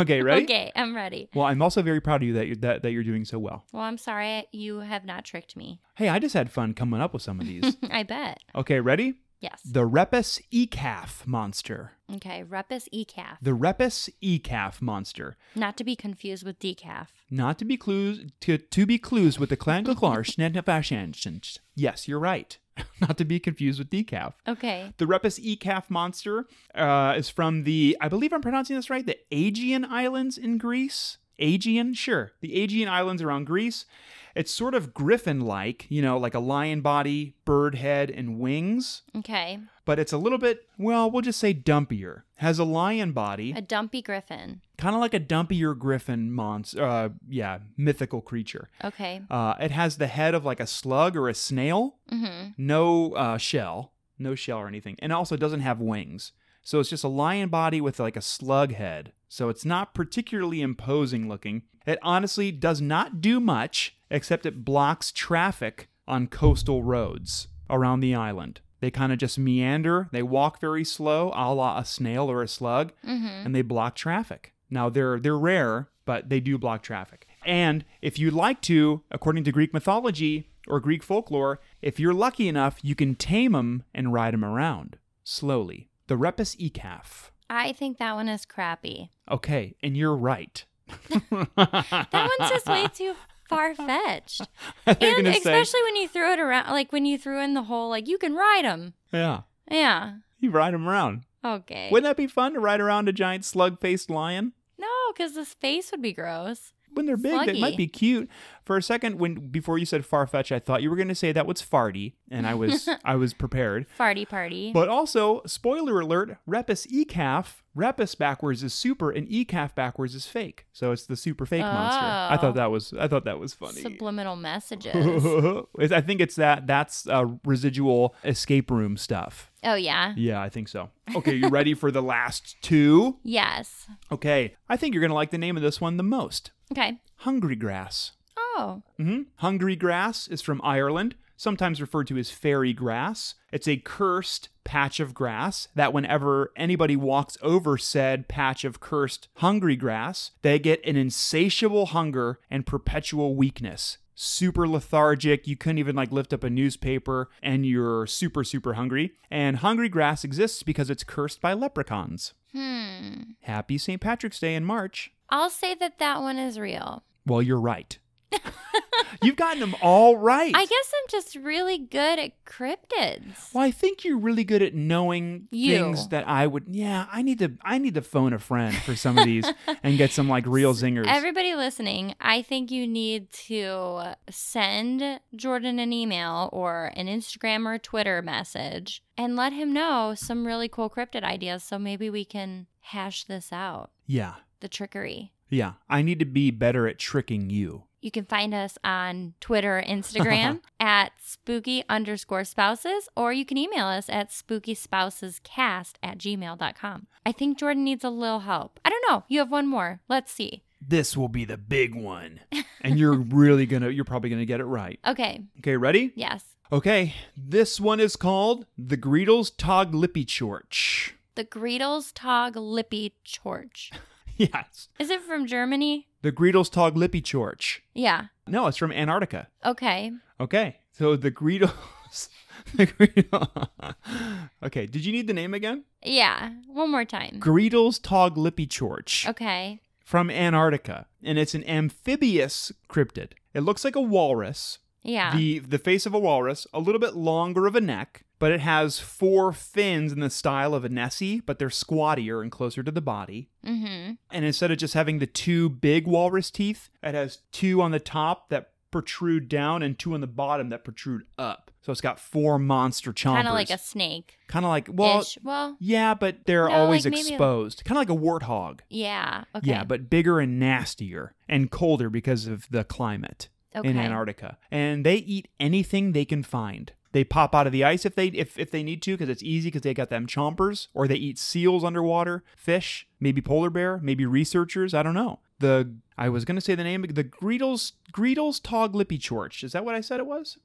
[SPEAKER 1] okay, ready?
[SPEAKER 2] Okay, I'm ready.
[SPEAKER 1] Well, I'm also very proud of you that you're, that, that you're doing so well.
[SPEAKER 2] Well, I'm sorry you have not tricked me. (laughs)
[SPEAKER 1] Hey, I just had fun coming up with some of these.
[SPEAKER 2] I bet.
[SPEAKER 1] okay, ready?
[SPEAKER 2] Yes.
[SPEAKER 1] The Repus ecaf monster.
[SPEAKER 2] Okay, Repus ECAF.
[SPEAKER 1] The Repus ecaf monster.
[SPEAKER 2] Not to be confused with decaf.
[SPEAKER 1] Not to be clues to, to be clues with the Klangeklar Yes, you're right. (laughs) Not to be confused with decaf.
[SPEAKER 2] Okay.
[SPEAKER 1] The Repus ecaf monster uh, is from the, I believe I'm pronouncing this right, the Aegean Islands in Greece. Aegean, sure. The Aegean Islands around Greece. It's sort of griffin like, you know, like a lion body, bird head, and wings,
[SPEAKER 2] Okay.
[SPEAKER 1] but it's a little bit, well, we'll just say dumpier. Has a lion body,
[SPEAKER 2] A dumpy griffin.
[SPEAKER 1] kind of like a dumpier griffin monster, uh, yeah, mythical creature.
[SPEAKER 2] Okay.
[SPEAKER 1] Uh, it has the head of like a slug or a snail,
[SPEAKER 2] Mm-hmm.
[SPEAKER 1] no uh, shell, no shell or anything, and also doesn't have wings. So it's just a lion body with like a slug head. So it's not particularly imposing looking. It honestly does not do much except it blocks traffic on coastal roads around the island. They kind of just meander, they walk very slow, a la a snail or a slug,
[SPEAKER 2] Mm-hmm.
[SPEAKER 1] and they block traffic. Now they're they're rare, but they do block traffic. And if you'd like to, according to Greek mythology or Greek folklore, if you're lucky enough, you can tame them and ride them around slowly. The Repus ecaf.
[SPEAKER 2] I think that one is crappy.
[SPEAKER 1] Okay, and you're right.
[SPEAKER 2] That
[SPEAKER 1] that
[SPEAKER 2] one's
[SPEAKER 1] (laughs)
[SPEAKER 2] just way too far fetched. And
[SPEAKER 1] and
[SPEAKER 2] especially when you threw it around, like when you threw in the whole, like, you can ride them.
[SPEAKER 1] yeah,
[SPEAKER 2] Yeah.
[SPEAKER 1] you ride them around.
[SPEAKER 2] Okay.
[SPEAKER 1] Wouldn't that be fun to ride around a giant slug-faced lion?
[SPEAKER 2] no, because this face would be gross.
[SPEAKER 1] when they're big, that might
[SPEAKER 2] Sluggy.
[SPEAKER 1] be cute. For a second, when before you said far fetched, I thought you were going to say that was farty, and I was I was prepared.
[SPEAKER 2] Farty party.
[SPEAKER 1] But also, spoiler alert: Repus ecaf, Repus backwards is super, and ecaf backwards is fake. So it's the super fake monster. I
[SPEAKER 2] Oh.
[SPEAKER 1] thought that was I thought that was funny.
[SPEAKER 2] Subliminal messages.
[SPEAKER 1] (laughs) It's- I think it's that that's uh, residual escape room stuff.
[SPEAKER 2] oh, yeah.
[SPEAKER 1] Yeah, I think so. Okay, you ready for the last two?
[SPEAKER 2] Yes.
[SPEAKER 1] Okay, I think you're gonna like the name of this one the most.
[SPEAKER 2] Okay.
[SPEAKER 1] Hungry grass.
[SPEAKER 2] Oh,
[SPEAKER 1] hmm Hungry grass is from Ireland, sometimes referred to as fairy grass. It's a cursed patch of grass that whenever anybody walks over said patch of cursed hungry grass, they get an insatiable hunger and perpetual weakness. Super lethargic, you couldn't even like lift up a newspaper and you're super super hungry. And hungry grass exists because it's cursed by leprechauns.
[SPEAKER 2] hmm.
[SPEAKER 1] Happy St. Patrick's Day in March.
[SPEAKER 2] I'll say that that one is real.
[SPEAKER 1] Well, you're right. (laughs) You've gotten them all right.
[SPEAKER 2] I guess I'm just really good at cryptids.
[SPEAKER 1] Well, I think you're really good at knowing
[SPEAKER 2] You.
[SPEAKER 1] things that I would. Yeah, I need to. I need to phone a friend for some of these and get some like real zingers.
[SPEAKER 2] Everybody listening, I think you need to send Jordan an email or an Instagram or a Twitter message and let him know some really cool cryptid ideas so maybe we can hash this out
[SPEAKER 1] yeah,
[SPEAKER 2] the trickery.
[SPEAKER 1] yeah. I need to be better at tricking you.
[SPEAKER 2] You can find us on Twitter or Instagram at spooky underscore spouses, or you can email us at spookyspousescast at gmail.com. I think Jordan needs a little help. I don't know. You have one more. Let's see.
[SPEAKER 1] This will be the big one, and you're really gonna. You're probably gonna get it right.
[SPEAKER 2] Okay.
[SPEAKER 1] Okay, ready?
[SPEAKER 2] Yes.
[SPEAKER 1] Okay, this one is called the Greedles Tog Lippy Chorch. (laughs)
[SPEAKER 2] The Greedles Tog Lippy Chorch.
[SPEAKER 1] Yes,
[SPEAKER 2] Is it from Germany?
[SPEAKER 1] the Greedles Tog Lippy Chorch.
[SPEAKER 2] Yeah.
[SPEAKER 1] No, it's from Antarctica.
[SPEAKER 2] Okay.
[SPEAKER 1] Okay, so the Greedles. (laughs) the Greedles. okay, did you need the name again?
[SPEAKER 2] Yeah. One more time.
[SPEAKER 1] Greedles Tog Lippy Chorch
[SPEAKER 2] Mm-hmm. Okay.
[SPEAKER 1] from Antarctica, and it's an amphibious cryptid. It looks like a walrus,
[SPEAKER 2] Yeah.
[SPEAKER 1] the the face of a walrus, a little bit longer of a neck, but it has four fins in the style of a nessie, but they're squattier and closer to the body.
[SPEAKER 2] mm-hmm.
[SPEAKER 1] And instead of just having the two big walrus teeth, it has two on the top that protrude down and two on the bottom that protrude up. So it's got four monster chompers.
[SPEAKER 2] Kind of like a snake.
[SPEAKER 1] kind of like well,
[SPEAKER 2] ish. Well,
[SPEAKER 1] yeah, but they're
[SPEAKER 2] No,
[SPEAKER 1] always
[SPEAKER 2] like maybe-
[SPEAKER 1] exposed. Kind of like a warthog.
[SPEAKER 2] yeah. Okay.
[SPEAKER 1] Yeah, but bigger and nastier and colder because of the climate in
[SPEAKER 2] Okay.
[SPEAKER 1] Antarctica. And they eat anything they can find. They pop out of the ice if they if, if they need to because it's easy because they got them chompers or they eat seals underwater, fish, maybe polar bear, maybe researchers. I don't know. The I was gonna say the name the Greedles Greedles Tog Lippy Chorch. Is that what I said it
[SPEAKER 2] (laughs)
[SPEAKER 1] was?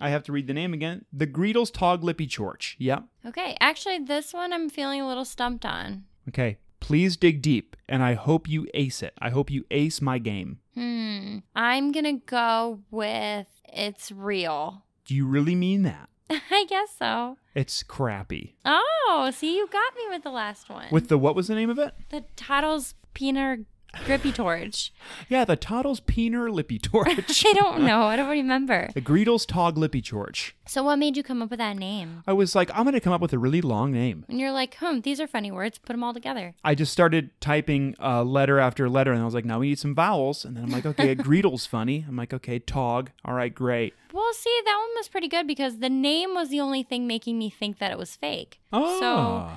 [SPEAKER 1] I have to read the name again. The Greedles Tog Lippy Chorch. Yep.
[SPEAKER 2] Okay. Actually, this one I'm feeling a little stumped on.
[SPEAKER 1] Okay. Please dig deep, and I hope you ace it. I hope you ace my game.
[SPEAKER 2] Hmm. I'm going to go with it's real. (laughs)
[SPEAKER 1] Do you really mean that?
[SPEAKER 2] I guess so.
[SPEAKER 1] It's crappy.
[SPEAKER 2] Oh, see, you got me with the last one.
[SPEAKER 1] With the what was the name of it?
[SPEAKER 2] the Toddles Peanut Grippy Torch.
[SPEAKER 1] Yeah, the Toddles Peener
[SPEAKER 2] (laughs)
[SPEAKER 1] Lippy Torch.
[SPEAKER 2] I don't know. I don't remember.
[SPEAKER 1] (laughs) the Greedles Tog Lippy Torch.
[SPEAKER 2] So, what made you come up with that name?
[SPEAKER 1] I was like, I'm gonna come up with a really long name.
[SPEAKER 2] And you're like, hmm, these are funny words. Put them all together.
[SPEAKER 1] I just started typing uh, letter after letter, and I was like, now we need some vowels. And then I'm like, okay,
[SPEAKER 2] (laughs)
[SPEAKER 1] Greedle's funny. I'm like, okay, Tog. All right, great.
[SPEAKER 2] Well, see, that one was pretty good because the name was the only thing making me think that it was fake.
[SPEAKER 1] Ah.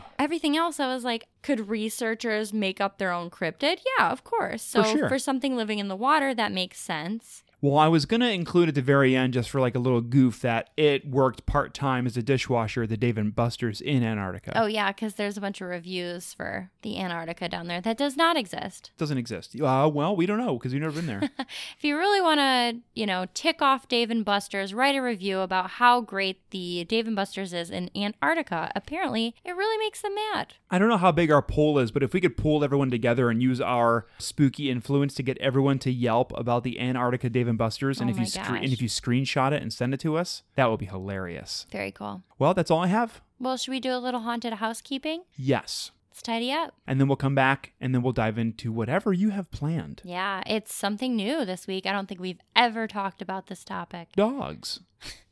[SPEAKER 2] So everything else, I was like, could researchers make up their own cryptid? Yeah, of course. So
[SPEAKER 1] For sure.
[SPEAKER 2] for something living in the water, that makes sense.
[SPEAKER 1] Well, I was gonna include at the very end, just for like a little goof, that it worked part time as a dishwasher at the Dave and Buster's in Antarctica.
[SPEAKER 2] Oh yeah, because there's a bunch of reviews for the Antarctica down there that does not exist.
[SPEAKER 1] Doesn't exist. Uh, well, we don't know because we've never been
[SPEAKER 2] (laughs)
[SPEAKER 1] there.
[SPEAKER 2] If you really want to, you know, tick off Dave and Buster's, write a review about how great the Dave and Buster's is in Antarctica. Apparently, it really makes them mad.
[SPEAKER 1] I don't know how big our poll is, but if we could pull everyone together and use our spooky influence to get everyone to Yelp about the Antarctica Dave and Buster's, and
[SPEAKER 2] Oh
[SPEAKER 1] if you
[SPEAKER 2] my
[SPEAKER 1] scre- and
[SPEAKER 2] gosh.
[SPEAKER 1] if you screenshot it and send it to us, that would be hilarious.
[SPEAKER 2] Very cool.
[SPEAKER 1] Well, that's all I have.
[SPEAKER 2] Well, should we do a little haunted housekeeping?
[SPEAKER 1] Yes,
[SPEAKER 2] Let's tidy up.
[SPEAKER 1] and then we'll come back and then we'll dive into whatever you have planned.
[SPEAKER 2] Yeah, it's something new this week. I don't think we've ever talked about this topic.
[SPEAKER 1] Dogs.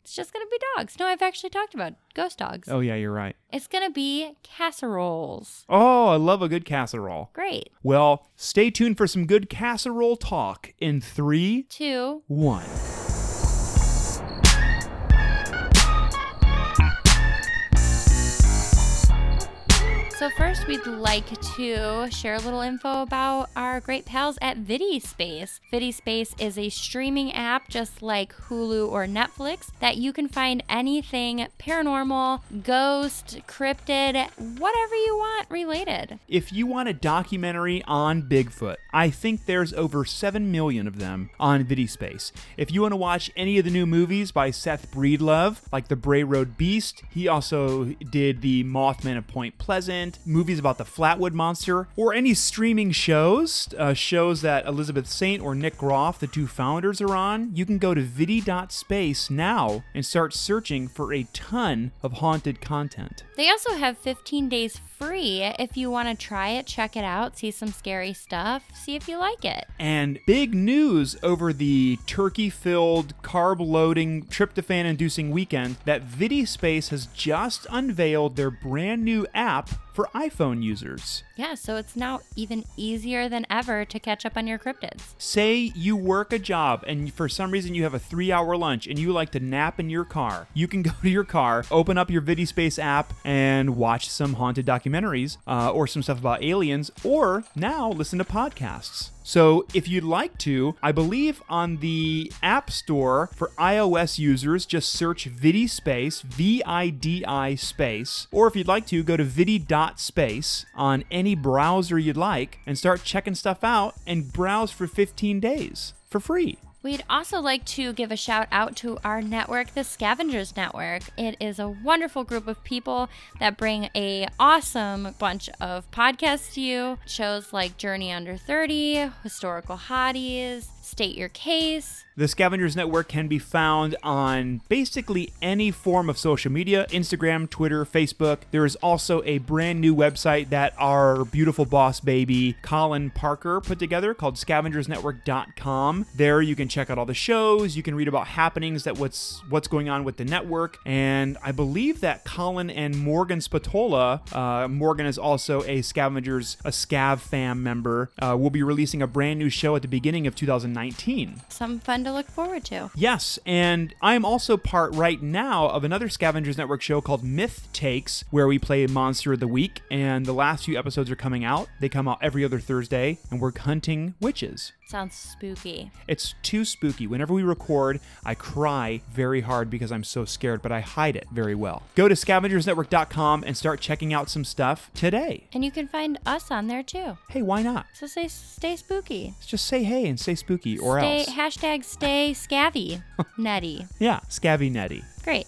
[SPEAKER 2] It's just going to be dogs. No, I've actually talked about ghost dogs.
[SPEAKER 1] Oh yeah, you're right.
[SPEAKER 2] It's going to be casseroles.
[SPEAKER 1] Oh, I love a good casserole.
[SPEAKER 2] Great.
[SPEAKER 1] Well, stay tuned for some good casserole talk in three,
[SPEAKER 2] Two.
[SPEAKER 1] one.
[SPEAKER 2] So, first, we'd like to share a little info about our great pals at VidiSpace. VidiSpace is a streaming app just like Hulu or Netflix that you can find anything paranormal, ghost, cryptid, whatever you want related.
[SPEAKER 1] If you want a documentary on Bigfoot, I think there's over 7 million of them on VidiSpace. If you want to watch any of the new movies by Seth Breedlove, like The Bray Road Beast, he also did The Mothman of Point Pleasant, Island, movies about the Flatwood Monster, or any streaming shows, uh, shows that Elizabeth Saint or Nick Groff, the two founders, are on, you can go to viddy.space now and start searching for a ton of haunted content.
[SPEAKER 2] They also have 15 days free if you want to try it, check it out, see some scary stuff, see if you like it.
[SPEAKER 1] And big news over the turkey filled, carb loading, tryptophan inducing weekend that VidiSpace has just unveiled their brand new app for iPhone users.
[SPEAKER 2] Yeah, so it's now even easier than ever to catch up on your cryptids.
[SPEAKER 1] Say you work a job and for some reason you have a three hour lunch and you like to nap in your car. You can (laughs) go to your car, open up your VidiSpace app, and watch some haunted documentaries uh, or some stuff about aliens, or now listen to podcasts. So if you'd like to, I believe on the App Store for iOS users, just search Vidi Space, V I D I Space. Or if you'd like to, go to Vidi.space on any browser you'd like and start checking stuff out and browse for 15 days for free.
[SPEAKER 2] We'd also like to give a shout out to our network, the Scavengers Network. It is a wonderful group of people that bring a awesome bunch of podcasts to you. Shows like Journey Under 30, Historical Hotties, State Your Case,
[SPEAKER 1] The Scavengers Network can be found on basically any form of social media Instagram, Twitter, Facebook. There is also a brand new website that our beautiful boss baby, Colin Parker, put together called scavengersnetwork.com. There you can check out all the shows, you can read about happenings that what's what's going on with the network. And I believe that Colin and Morgan Spatola, uh, Morgan is also a Scavengers, a Scav fam member, uh, will be releasing a brand new show at the beginning of 2019.
[SPEAKER 2] some fun to look forward to.
[SPEAKER 1] Yes, and I'm also part right now of another Scavengers Network show called Myth Takes, where we play Monster of the Week, and the last few episodes are coming out. They come out every other Thursday, and we're hunting witches.
[SPEAKER 2] Sounds spooky.
[SPEAKER 1] It's too spooky. Whenever we record, I cry very hard because I'm so scared, but I hide it very well. Go to scavengersnetwork.com and start checking out some stuff today.
[SPEAKER 2] And you can find us on there too.
[SPEAKER 1] Hey, why not?
[SPEAKER 2] So say, stay spooky.
[SPEAKER 1] Just say hey and say spooky or
[SPEAKER 2] stay,
[SPEAKER 1] else.
[SPEAKER 2] Hashtag stay
[SPEAKER 1] (laughs)
[SPEAKER 2] scavvy, netty.
[SPEAKER 1] yeah, scabby netty.
[SPEAKER 2] Great.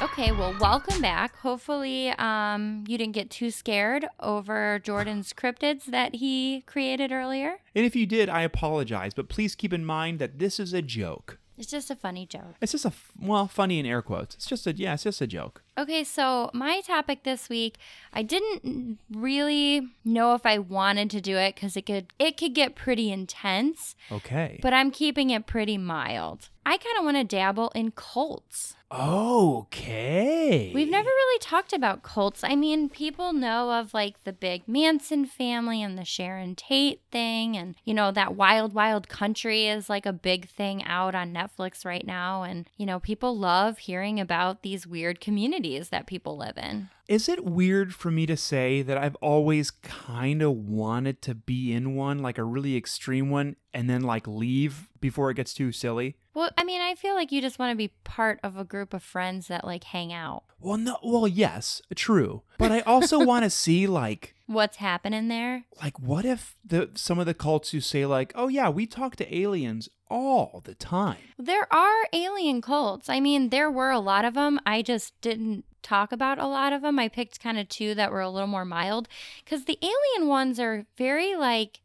[SPEAKER 2] Okay, well, welcome back. Hopefully, um, you didn't get too scared over Jordan's cryptids that he created earlier.
[SPEAKER 1] And if you did, I apologize, but please keep in mind that this is a joke.
[SPEAKER 2] It's just a funny joke.
[SPEAKER 1] It's just a f- well, funny in air quotes. It's just a yeah, it's just a joke.
[SPEAKER 2] Okay, so my topic this week, I didn't really know if I wanted to do it because it could it could get pretty intense.
[SPEAKER 1] Okay.
[SPEAKER 2] But I'm keeping it pretty mild. I kind of want to dabble in cults.
[SPEAKER 1] okay.
[SPEAKER 2] We've never really talked about cults. I mean, people know of like the big Manson family and the Sharon Tate thing. And, you know, that Wild Wild Country is like a big thing out on Netflix right now. And, you know, people love hearing about these weird communities that people live in.
[SPEAKER 1] Is it weird for me to say that I've always kind of wanted to be in one, like a really extreme one, and then like leave before it gets too silly?
[SPEAKER 2] Well, I mean, I feel like you just want to be part of a group of friends that like hang out.
[SPEAKER 1] Well, no. Well, yes, true. But I
[SPEAKER 2] (laughs)
[SPEAKER 1] also want to see like
[SPEAKER 2] What's happening there?
[SPEAKER 1] like what if the some of the cults who say like, "Oh yeah, we talk to aliens all the time."
[SPEAKER 2] There are alien cults. I mean, there were a lot of them. I just didn't talk about a lot of them. I picked kind of two that were a little more mild because the alien ones are very like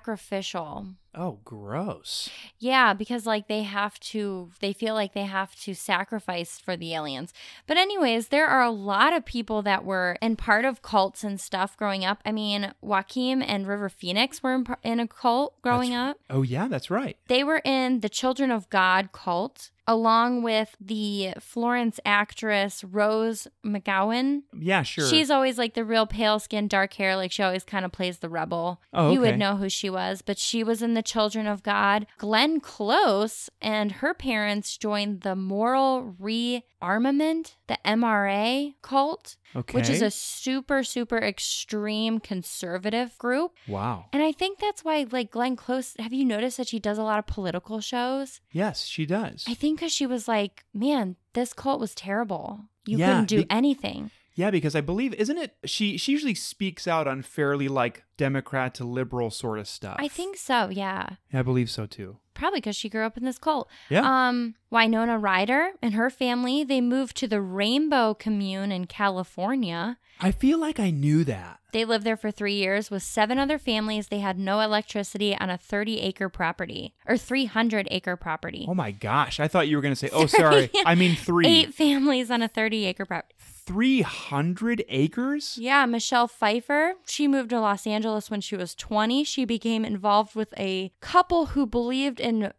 [SPEAKER 2] sacrificial.
[SPEAKER 1] Oh, gross.
[SPEAKER 2] Yeah, because like they have to, they feel like they have to sacrifice for the aliens. But, anyways, there are a lot of people that were and part of cults and stuff growing up. I mean, Joaquin and River Phoenix were in, par- in a cult growing
[SPEAKER 1] That's-
[SPEAKER 2] up.
[SPEAKER 1] Oh yeah, that's right.
[SPEAKER 2] They were in the Children of God cult, along with the Florence actress Rose McGowan.
[SPEAKER 1] Yeah, sure.
[SPEAKER 2] She's always like the real pale skin, dark hair. Like she always kind of plays the rebel.
[SPEAKER 1] Oh,
[SPEAKER 2] You would
[SPEAKER 1] okay.
[SPEAKER 2] know who she was, but she was in the Children of God. Glenn Close and her parents joined the Moral Rearmament, the MRA cult,
[SPEAKER 1] okay.
[SPEAKER 2] which is a super, super extreme conservative group.
[SPEAKER 1] Wow.
[SPEAKER 2] And I think that's why, like, Glenn Close, have you noticed that she does a lot of political shows?
[SPEAKER 1] Yes, she does.
[SPEAKER 2] I think because she was like, man, this cult was terrible. You
[SPEAKER 1] Yeah,
[SPEAKER 2] couldn't do
[SPEAKER 1] be-
[SPEAKER 2] anything.
[SPEAKER 1] Yeah, because I believe isn't it she she usually speaks out on fairly like Democrat to liberal sort of stuff.
[SPEAKER 2] I think so, yeah.
[SPEAKER 1] Yeah, I believe so too.
[SPEAKER 2] Probably because she grew up in this cult.
[SPEAKER 1] Yeah.
[SPEAKER 2] Um, Winona Ryder and her family, they moved to the Rainbow Commune in California.
[SPEAKER 1] I feel like I knew that.
[SPEAKER 2] They lived there for three years with seven other families. They had no electricity on a 30 acre property or 300 acre property.
[SPEAKER 1] Oh my gosh. I thought you were gonna say, oh sorry. I
[SPEAKER 2] (laughs)
[SPEAKER 1] mean three.
[SPEAKER 2] Eight families on a 30 acre property.
[SPEAKER 1] Three hundred acres?
[SPEAKER 2] Yeah, Michelle Pfeiffer, she moved to Los Angeles when she was 20. She became involved with a couple who believed in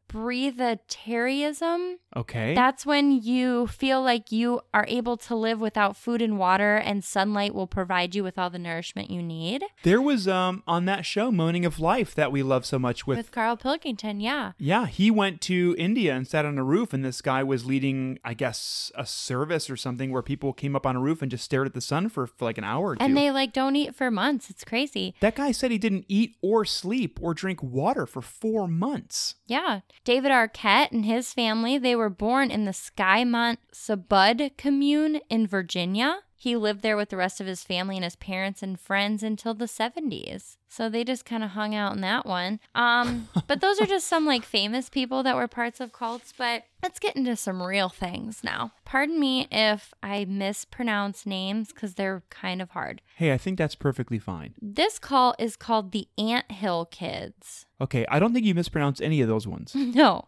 [SPEAKER 2] breatharianism.
[SPEAKER 1] Okay.
[SPEAKER 2] That's when you feel like you are able to live without food and water, and sunlight will provide you with all the nourishment you need.
[SPEAKER 1] there was um on that show, Moaning of Life, that we love so much
[SPEAKER 2] With,
[SPEAKER 1] with
[SPEAKER 2] Carl Pilkington, yeah.
[SPEAKER 1] Yeah, he went to India and sat on a roof, and this guy was leading, I guess, a service or something where people came up on a roof and just stared at the sun for, for like an hour or two.
[SPEAKER 2] And they like don't eat for months. It's crazy.
[SPEAKER 1] that guy said he didn't eat or sleep or drink water for four months.
[SPEAKER 2] Yeah. David Arquette and his family, they were born in the Skymont Subud commune in Virginia. He lived there with the rest of his family and his parents and friends until the 70s. So they just kind of hung out in that one. Um, but those are just some like famous people that were parts of cults. But let's get into some real things now. Pardon me if I mispronounce names because they're kind of hard.
[SPEAKER 1] Hey, I think that's perfectly fine.
[SPEAKER 2] This cult is called the Ant Hill Kids.
[SPEAKER 1] Okay, I don't think you mispronounced any of those
[SPEAKER 2] (laughs)
[SPEAKER 1] ones.
[SPEAKER 2] No.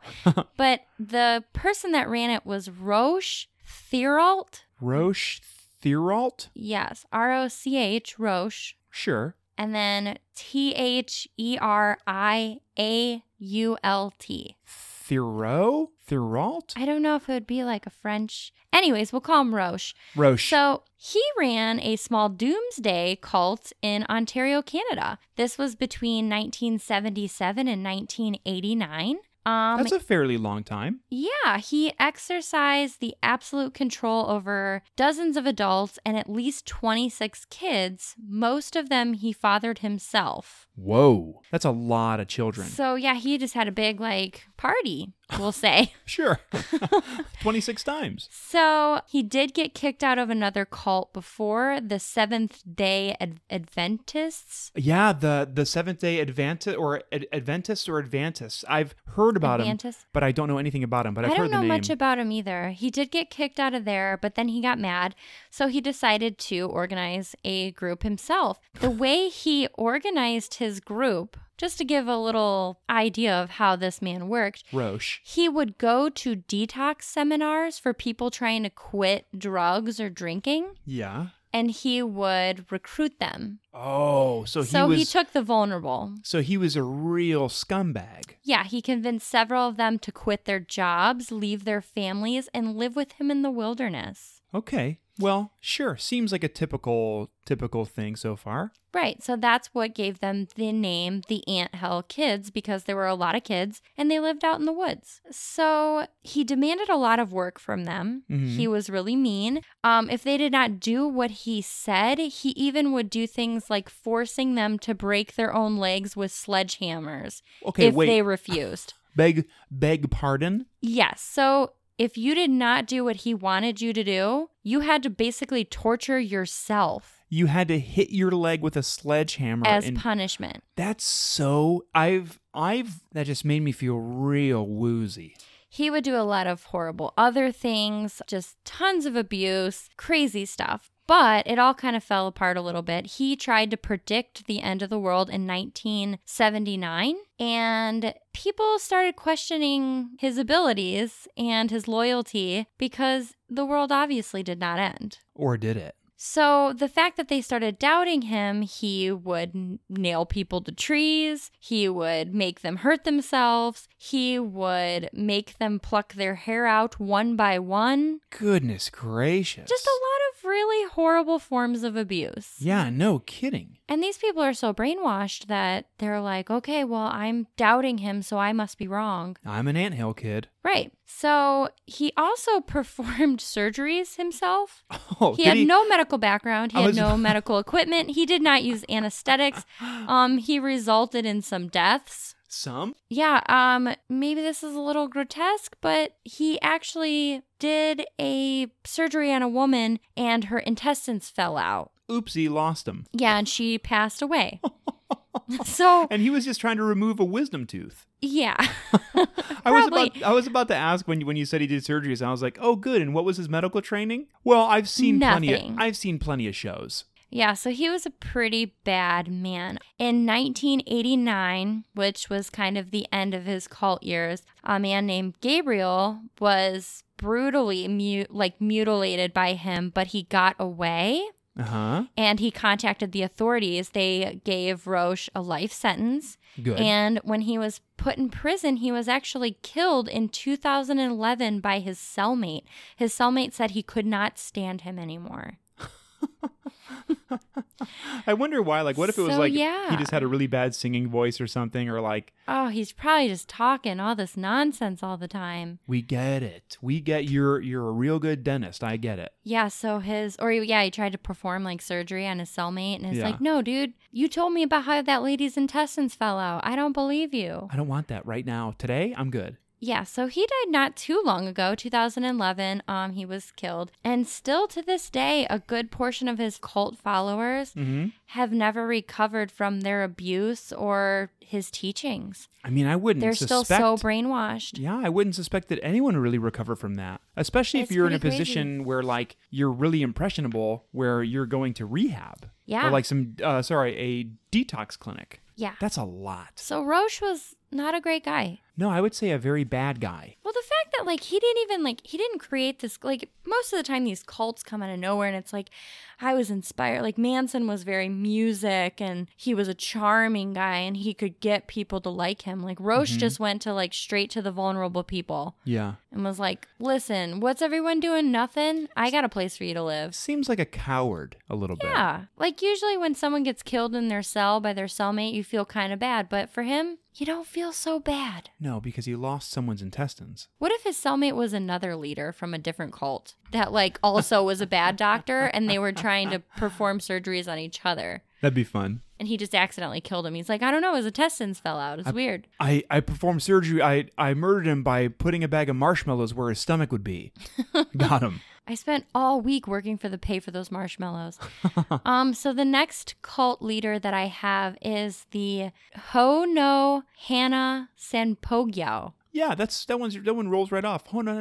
[SPEAKER 2] but the person that ran it was Roche Therault.
[SPEAKER 1] Roche Therault?
[SPEAKER 2] Yes, R O C H, Roche.
[SPEAKER 1] Sure.
[SPEAKER 2] And then T H E R I A U L T.
[SPEAKER 1] Thero? Therault?
[SPEAKER 2] I don't know if it would be like a French. Anyways, we'll call him Roche.
[SPEAKER 1] Roche.
[SPEAKER 2] So he ran a small doomsday cult in Ontario, Canada. This was between 1977 and 1989. Um,
[SPEAKER 1] that's a fairly long time.
[SPEAKER 2] Yeah, he exercised the absolute control over dozens of adults and at least 26 kids. Most of them he fathered himself.
[SPEAKER 1] Whoa. That's a lot of children.
[SPEAKER 2] So, yeah, he just had a big, like, party, we'll say. (laughs)
[SPEAKER 1] sure. (laughs) 26 times.
[SPEAKER 2] so, he did get kicked out of another cult before the Seventh day Ad- Adventists.
[SPEAKER 1] Yeah, the the Seventh Day Adventist or Ad- Adventist or Adventist. I've heard about
[SPEAKER 2] Adventist?
[SPEAKER 1] him, but I don't know anything about him. But I've
[SPEAKER 2] I
[SPEAKER 1] heard
[SPEAKER 2] don't know
[SPEAKER 1] the name.
[SPEAKER 2] much about him either. He did get kicked out of there, but then he got mad. So he decided to organize a group himself. The way he organized his group, just to give a little idea of how this man worked,
[SPEAKER 1] Roche.
[SPEAKER 2] he would go to detox seminars for people trying to quit drugs or drinking,
[SPEAKER 1] Yeah.
[SPEAKER 2] and he would recruit them.
[SPEAKER 1] Oh, so he
[SPEAKER 2] so
[SPEAKER 1] was
[SPEAKER 2] he took the vulnerable.
[SPEAKER 1] so he was a real scumbag.
[SPEAKER 2] Yeah, he convinced several of them to quit their jobs, leave their families, and live with him in the wilderness.
[SPEAKER 1] Okay. Well, sure. Seems like a typical typical thing so far.
[SPEAKER 2] Right. So that's what gave them the name the Ant Hill Kids because there were a lot of kids and they lived out in the woods. So he demanded a lot of work from them.
[SPEAKER 1] Mhm.
[SPEAKER 2] He was really mean. Um, if they did not do what he said, he even would do things like forcing them to break their own legs with sledgehammers
[SPEAKER 1] Okay,
[SPEAKER 2] if
[SPEAKER 1] wait.
[SPEAKER 2] they refused.
[SPEAKER 1] Beg beg pardon.
[SPEAKER 2] yes. So if you did not do what he wanted you to do, you had to basically torture yourself
[SPEAKER 1] You had to hit your leg with a sledgehammer
[SPEAKER 2] as
[SPEAKER 1] and
[SPEAKER 2] punishment.
[SPEAKER 1] that's so I've I've that just made me feel real woozy.
[SPEAKER 2] He would do a lot of horrible other things, just tons of abuse, crazy stuff. But it all kind of fell apart a little bit. He tried to predict the end of the world in 1979, and people started questioning his abilities and his loyalty because the world obviously did not end.
[SPEAKER 1] Or did it?
[SPEAKER 2] So the fact that they started doubting him, he would n- nail people to trees, he would make them hurt themselves, he would make them pluck their hair out one by one.
[SPEAKER 1] Goodness gracious.
[SPEAKER 2] Just a lot of really horrible forms of abuse.
[SPEAKER 1] Yeah, no kidding.
[SPEAKER 2] And these people are so brainwashed that they're like, okay, well, I'm doubting him, so I must be wrong.
[SPEAKER 1] I'm an anthill kid. (laughs)
[SPEAKER 2] Right. So he also (laughs) performed surgeries himself.
[SPEAKER 1] Oh,
[SPEAKER 2] he
[SPEAKER 1] did
[SPEAKER 2] had no medical background. He
[SPEAKER 1] I
[SPEAKER 2] had
[SPEAKER 1] was- (laughs)
[SPEAKER 2] no
[SPEAKER 1] (gasps)
[SPEAKER 2] medical equipment. He did not use anesthetics. Um, he resulted in some deaths.
[SPEAKER 1] Some?
[SPEAKER 2] Yeah, um maybe this is a little grotesque, but he actually did a surgery on a woman and her intestines fell out.
[SPEAKER 1] Oopsie, lost him.
[SPEAKER 2] Yeah, and she
[SPEAKER 1] (laughs)
[SPEAKER 2] passed away. so,
[SPEAKER 1] And he was just trying to remove a wisdom
[SPEAKER 2] (laughs)
[SPEAKER 1] tooth.
[SPEAKER 2] yeah.
[SPEAKER 1] I was
[SPEAKER 2] Probably.
[SPEAKER 1] about I was about to ask when you, when you said he did surgeries. I was like, "Oh, good." And what was his medical training? Well, I've seen plenty.
[SPEAKER 2] Nothing.
[SPEAKER 1] Of, I've seen plenty of shows.
[SPEAKER 2] Yeah, so he was a pretty bad man. In 1989, which was kind of the end of his cult years, a man named Gabriel was brutally mu- like mutilated by him, but he got away
[SPEAKER 1] Uh huh.
[SPEAKER 2] and he contacted the authorities. They gave Roche a life sentence.
[SPEAKER 1] Good.
[SPEAKER 2] And when he was put in prison, he was actually killed in 2011 by his cellmate. His cellmate said he could not stand him anymore.
[SPEAKER 1] I wonder why. Like, what if it was
[SPEAKER 2] So,
[SPEAKER 1] like he
[SPEAKER 2] yeah.
[SPEAKER 1] just had a really bad singing voice or something, or like
[SPEAKER 2] Oh, he's probably just talking all this nonsense all the time.
[SPEAKER 1] we get it, we get you're you're a real good dentist. I get it.
[SPEAKER 2] Yeah, so his, or yeah, he tried to perform like surgery on his cellmate, and it's
[SPEAKER 1] Yeah.
[SPEAKER 2] like, no, dude, you told me about how that lady's intestines fell out. I don't believe you.
[SPEAKER 1] I don't want that right now. Today, I'm good.
[SPEAKER 2] Yeah, so he died not too long ago, 2011. Um, he was killed, and still to this day, a good portion of his cult followers
[SPEAKER 1] Mm-hmm.
[SPEAKER 2] have never recovered from their abuse or his teachings.
[SPEAKER 1] I mean, I wouldn't.
[SPEAKER 2] They're
[SPEAKER 1] Hmm, suspect,
[SPEAKER 2] still so brainwashed.
[SPEAKER 1] Yeah, I wouldn't suspect that anyone would really recover from that, especially if
[SPEAKER 2] It's
[SPEAKER 1] you're in a
[SPEAKER 2] pretty crazy.
[SPEAKER 1] position where like you're really impressionable, where you're going to rehab.
[SPEAKER 2] Yeah.
[SPEAKER 1] Or like some, uh, sorry, a detox clinic.
[SPEAKER 2] yeah.
[SPEAKER 1] That's a lot.
[SPEAKER 2] So Roche was not a great guy.
[SPEAKER 1] No, I would say a very bad guy.
[SPEAKER 2] Well, the fact that like he didn't even like he didn't create this like most of the time these cults come out of nowhere and it's like I was inspired like Manson was very music and he was a charming guy and he could get people to like him. Like Roche just went to like straight to the vulnerable people
[SPEAKER 1] Yeah.
[SPEAKER 2] and was like, "Listen, what's everyone doing? Nothing. I got a place for you to live."
[SPEAKER 1] Seems like a coward a little bit.
[SPEAKER 2] Yeah. Like usually when someone gets killed in their cell by their cellmate, you feel kind of bad, but for him, you don't feel so bad.
[SPEAKER 1] No, because he lost someone's intestines.
[SPEAKER 2] What if his cellmate was another leader from a different cult that, like, also was a bad doctor and they were trying to perform surgeries on each other?
[SPEAKER 1] That'd be fun.
[SPEAKER 2] And he just accidentally killed him. He's like, I don't know, his intestines fell out. It's weird.
[SPEAKER 1] I, I performed surgery. I, I murdered him by putting a bag of marshmallows where his stomach would
[SPEAKER 2] (laughs)
[SPEAKER 1] be. Got him.
[SPEAKER 2] I spent all week working for the pay for those marshmallows. um, so the next cult leader that I have is the Hono Hana Sanpogyao.
[SPEAKER 1] Yeah, that's that one's that one rolls right off. Oh, Hono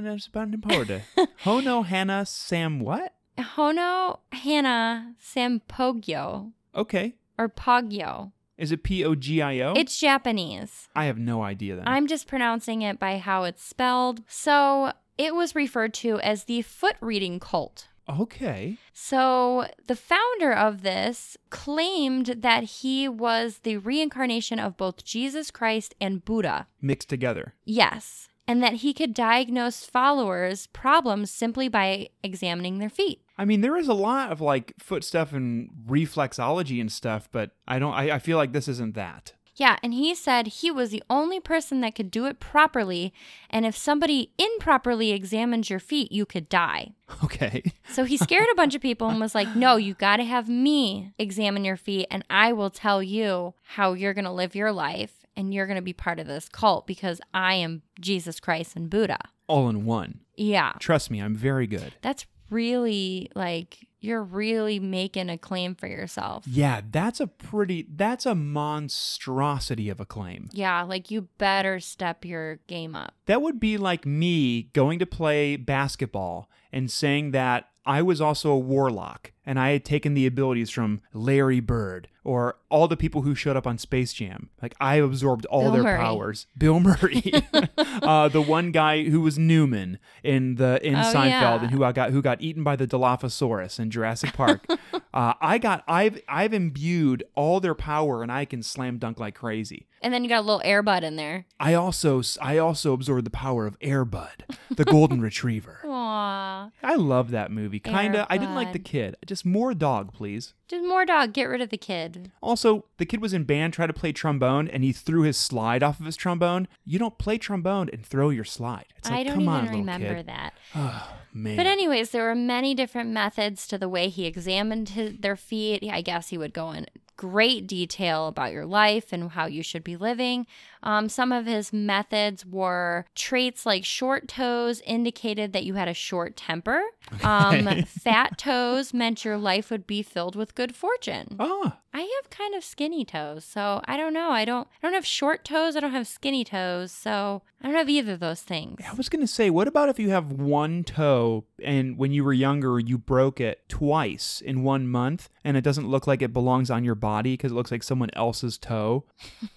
[SPEAKER 1] Hana
[SPEAKER 2] (laughs)
[SPEAKER 1] Hono Oh, Hannah Sam what?
[SPEAKER 2] Hono Hana Sanpogyo
[SPEAKER 1] Okay.
[SPEAKER 2] or Pogyo.
[SPEAKER 1] Is it P O G I O?
[SPEAKER 2] It's Japanese.
[SPEAKER 1] I have no idea then.
[SPEAKER 2] I'm just pronouncing it by how it's spelled. So it was referred to as the foot reading cult.
[SPEAKER 1] okay.
[SPEAKER 2] So the founder of this claimed that he was the reincarnation of both Jesus Christ and Buddha.
[SPEAKER 1] Mixed together.
[SPEAKER 2] Yes. And that he could diagnose followers' problems simply by examining their feet.
[SPEAKER 1] I mean, there is a lot of like foot stuff and reflexology and stuff, but I don't. I, I feel like this isn't that. (laughs)
[SPEAKER 2] Yeah, and he said he was the only person that could do it properly. And if somebody improperly examines your feet, you could die.
[SPEAKER 1] Okay.
[SPEAKER 2] So he scared a bunch of people and was like, No, you got to have me examine your feet, and I will tell you how you're going to live your life, and you're going to be part of this cult because I am Jesus Christ and Buddha.
[SPEAKER 1] All in one.
[SPEAKER 2] Yeah.
[SPEAKER 1] Trust me, I'm very good.
[SPEAKER 2] That's really like, you're really making a claim for yourself.
[SPEAKER 1] Yeah, that's a pretty. That's a monstrosity of a claim.
[SPEAKER 2] Yeah. Like, you better step your game up.
[SPEAKER 1] That would be like me going to play basketball and saying that I was also a warlock and I had taken the abilities from Larry Bird or all the people who showed up on Space Jam. Like I absorbed all
[SPEAKER 2] Bill
[SPEAKER 1] their
[SPEAKER 2] Murray.
[SPEAKER 1] powers. Bill Murray,
[SPEAKER 2] (laughs)
[SPEAKER 1] (laughs) uh, the one guy who was Newman in the in
[SPEAKER 2] Oh,
[SPEAKER 1] Seinfeld
[SPEAKER 2] yeah.
[SPEAKER 1] and who I got who got eaten by the Dilophosaurus in Jurassic
[SPEAKER 2] (laughs)
[SPEAKER 1] Park. uh, I got I've I've imbued all their power and I can slam dunk like crazy.
[SPEAKER 2] And then you got a little airbud in there.
[SPEAKER 1] I also I also absorbed the power of Airbud, the
[SPEAKER 2] (laughs)
[SPEAKER 1] golden retriever.
[SPEAKER 2] Aw.
[SPEAKER 1] I love that movie. Kinda. I didn't like the
[SPEAKER 2] Airbud.
[SPEAKER 1] kid. Just more dog, please.
[SPEAKER 2] Just more dog. Get rid of the kid.
[SPEAKER 1] Also, the kid was in band, tried to play trombone, and he threw his slide off of his trombone. You don't play trombone and throw your slide. It's like,
[SPEAKER 2] I don't
[SPEAKER 1] come
[SPEAKER 2] even
[SPEAKER 1] on, little
[SPEAKER 2] remember
[SPEAKER 1] kid.
[SPEAKER 2] that.
[SPEAKER 1] (sighs) Oh, man.
[SPEAKER 2] But anyways, there were many different methods to the way he examined his, their feet. I guess he would go in great detail about your life and how you should be living. Um, some of his methods were traits like short toes indicated that you had a short temper.
[SPEAKER 1] (laughs)
[SPEAKER 2] Um, fat toes meant your life would be filled with good fortune.
[SPEAKER 1] Ah,
[SPEAKER 2] I have kind of skinny toes, so I don't know. I don't. I don't have short toes. I don't have skinny toes, so I don't have either of those things.
[SPEAKER 1] I was going to say, what about if you have one toe and when you were younger, you broke it twice in one month and it doesn't look like it belongs on your body because it looks like someone else's toe?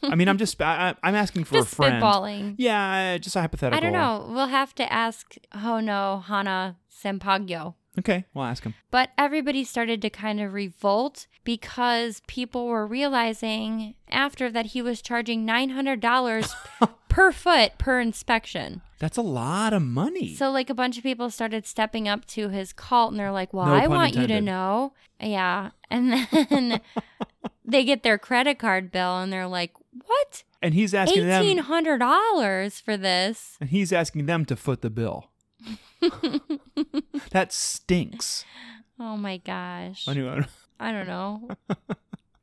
[SPEAKER 1] I mean, I'm just, I, I- I'm asking for
[SPEAKER 2] Just
[SPEAKER 1] a friend.
[SPEAKER 2] spitballing.
[SPEAKER 1] Yeah, just a hypothetical.
[SPEAKER 2] I don't know. We'll have to ask oh Hono Hana Senpagyo.
[SPEAKER 1] Okay, we'll ask him.
[SPEAKER 2] But everybody started to kind of revolt because people were realizing after that he was charging
[SPEAKER 1] (laughs)
[SPEAKER 2] $900 per foot per inspection.
[SPEAKER 1] That's a lot of money.
[SPEAKER 2] So, like, a bunch of people started stepping up to his cult and they're like, Well,
[SPEAKER 1] No
[SPEAKER 2] I
[SPEAKER 1] pun
[SPEAKER 2] want you to
[SPEAKER 1] intended.
[SPEAKER 2] know. Yeah. And then (laughs) they get their credit card bill and they're like, What?
[SPEAKER 1] and he's asking them,
[SPEAKER 2] $1,800 for this?
[SPEAKER 1] and he's asking them to foot the
[SPEAKER 2] (laughs)
[SPEAKER 1] bill. that stinks.
[SPEAKER 2] Oh my gosh.
[SPEAKER 1] Anyway,
[SPEAKER 2] I
[SPEAKER 1] (laughs)
[SPEAKER 2] don't know.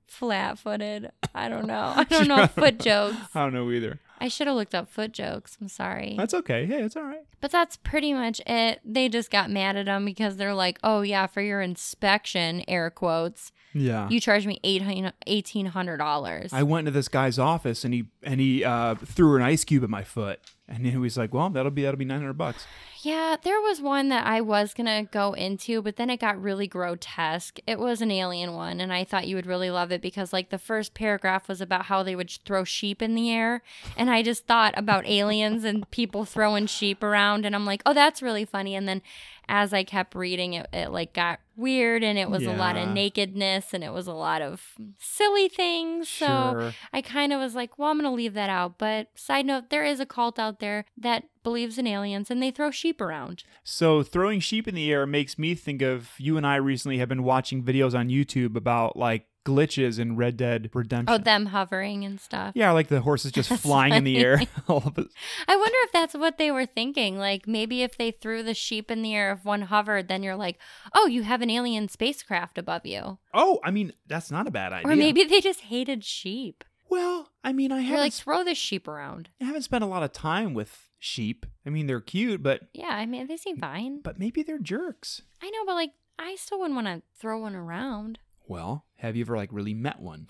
[SPEAKER 2] Flat footed. I don't know. I don't know foot jokes.
[SPEAKER 1] I don't know either.
[SPEAKER 2] I should have looked up foot jokes. I'm sorry.
[SPEAKER 1] That's okay. Hey, it's all right.
[SPEAKER 2] But that's pretty much it. They just got mad at him because they're like, oh, yeah, for your inspection, air quotes,
[SPEAKER 1] Yeah.
[SPEAKER 2] you charged me eight hun- $1,800.
[SPEAKER 1] Uh-huh. I went into this guy's office and he and he uh, threw an ice cube at my foot, and he was like, "Well, that'll be that'll be nine hundred bucks."
[SPEAKER 2] yeah, there was one that I was going to go into, but then it got really grotesque. It was an alien one, and I thought you would really love it because, like, the first paragraph was about how they would sh- throw sheep in the air. And I just thought about aliens and people throwing sheep around, and I'm like, oh, that's really funny. And then as I kept reading, it, it like got weird, and it was a lot of
[SPEAKER 1] Yeah.
[SPEAKER 2] nakedness, and it was a lot of silly things. So.
[SPEAKER 1] sure.
[SPEAKER 2] I kind of was like, well, I'm going to leave that out. But side note, there is a cult out there that believes in aliens and they throw sheep around.
[SPEAKER 1] So throwing sheep in the air makes me think of you and I recently have been watching videos on YouTube about like glitches in Red Dead Redemption.
[SPEAKER 2] Oh, them hovering and stuff.
[SPEAKER 1] yeah, like the horses just flying in the air. (laughs) All of it.
[SPEAKER 2] I wonder if that's what they were thinking. Like maybe if they threw the sheep in the air, if one hovered, then you're like, oh, you have an alien spacecraft above you.
[SPEAKER 1] Oh, I mean that's not a bad idea.
[SPEAKER 2] Or maybe (laughs) they just hated sheep.
[SPEAKER 1] Well, I mean I
[SPEAKER 2] They're
[SPEAKER 1] haven't
[SPEAKER 2] like, throw the sheep around.
[SPEAKER 1] I haven't spent a lot of time with sheep. I mean they're cute, but
[SPEAKER 2] Yeah, I mean, they seem fine.
[SPEAKER 1] but maybe they're jerks.
[SPEAKER 2] I know, but like, I still wouldn't want to throw one around. (laughs)
[SPEAKER 1] Well, have you ever like really met one?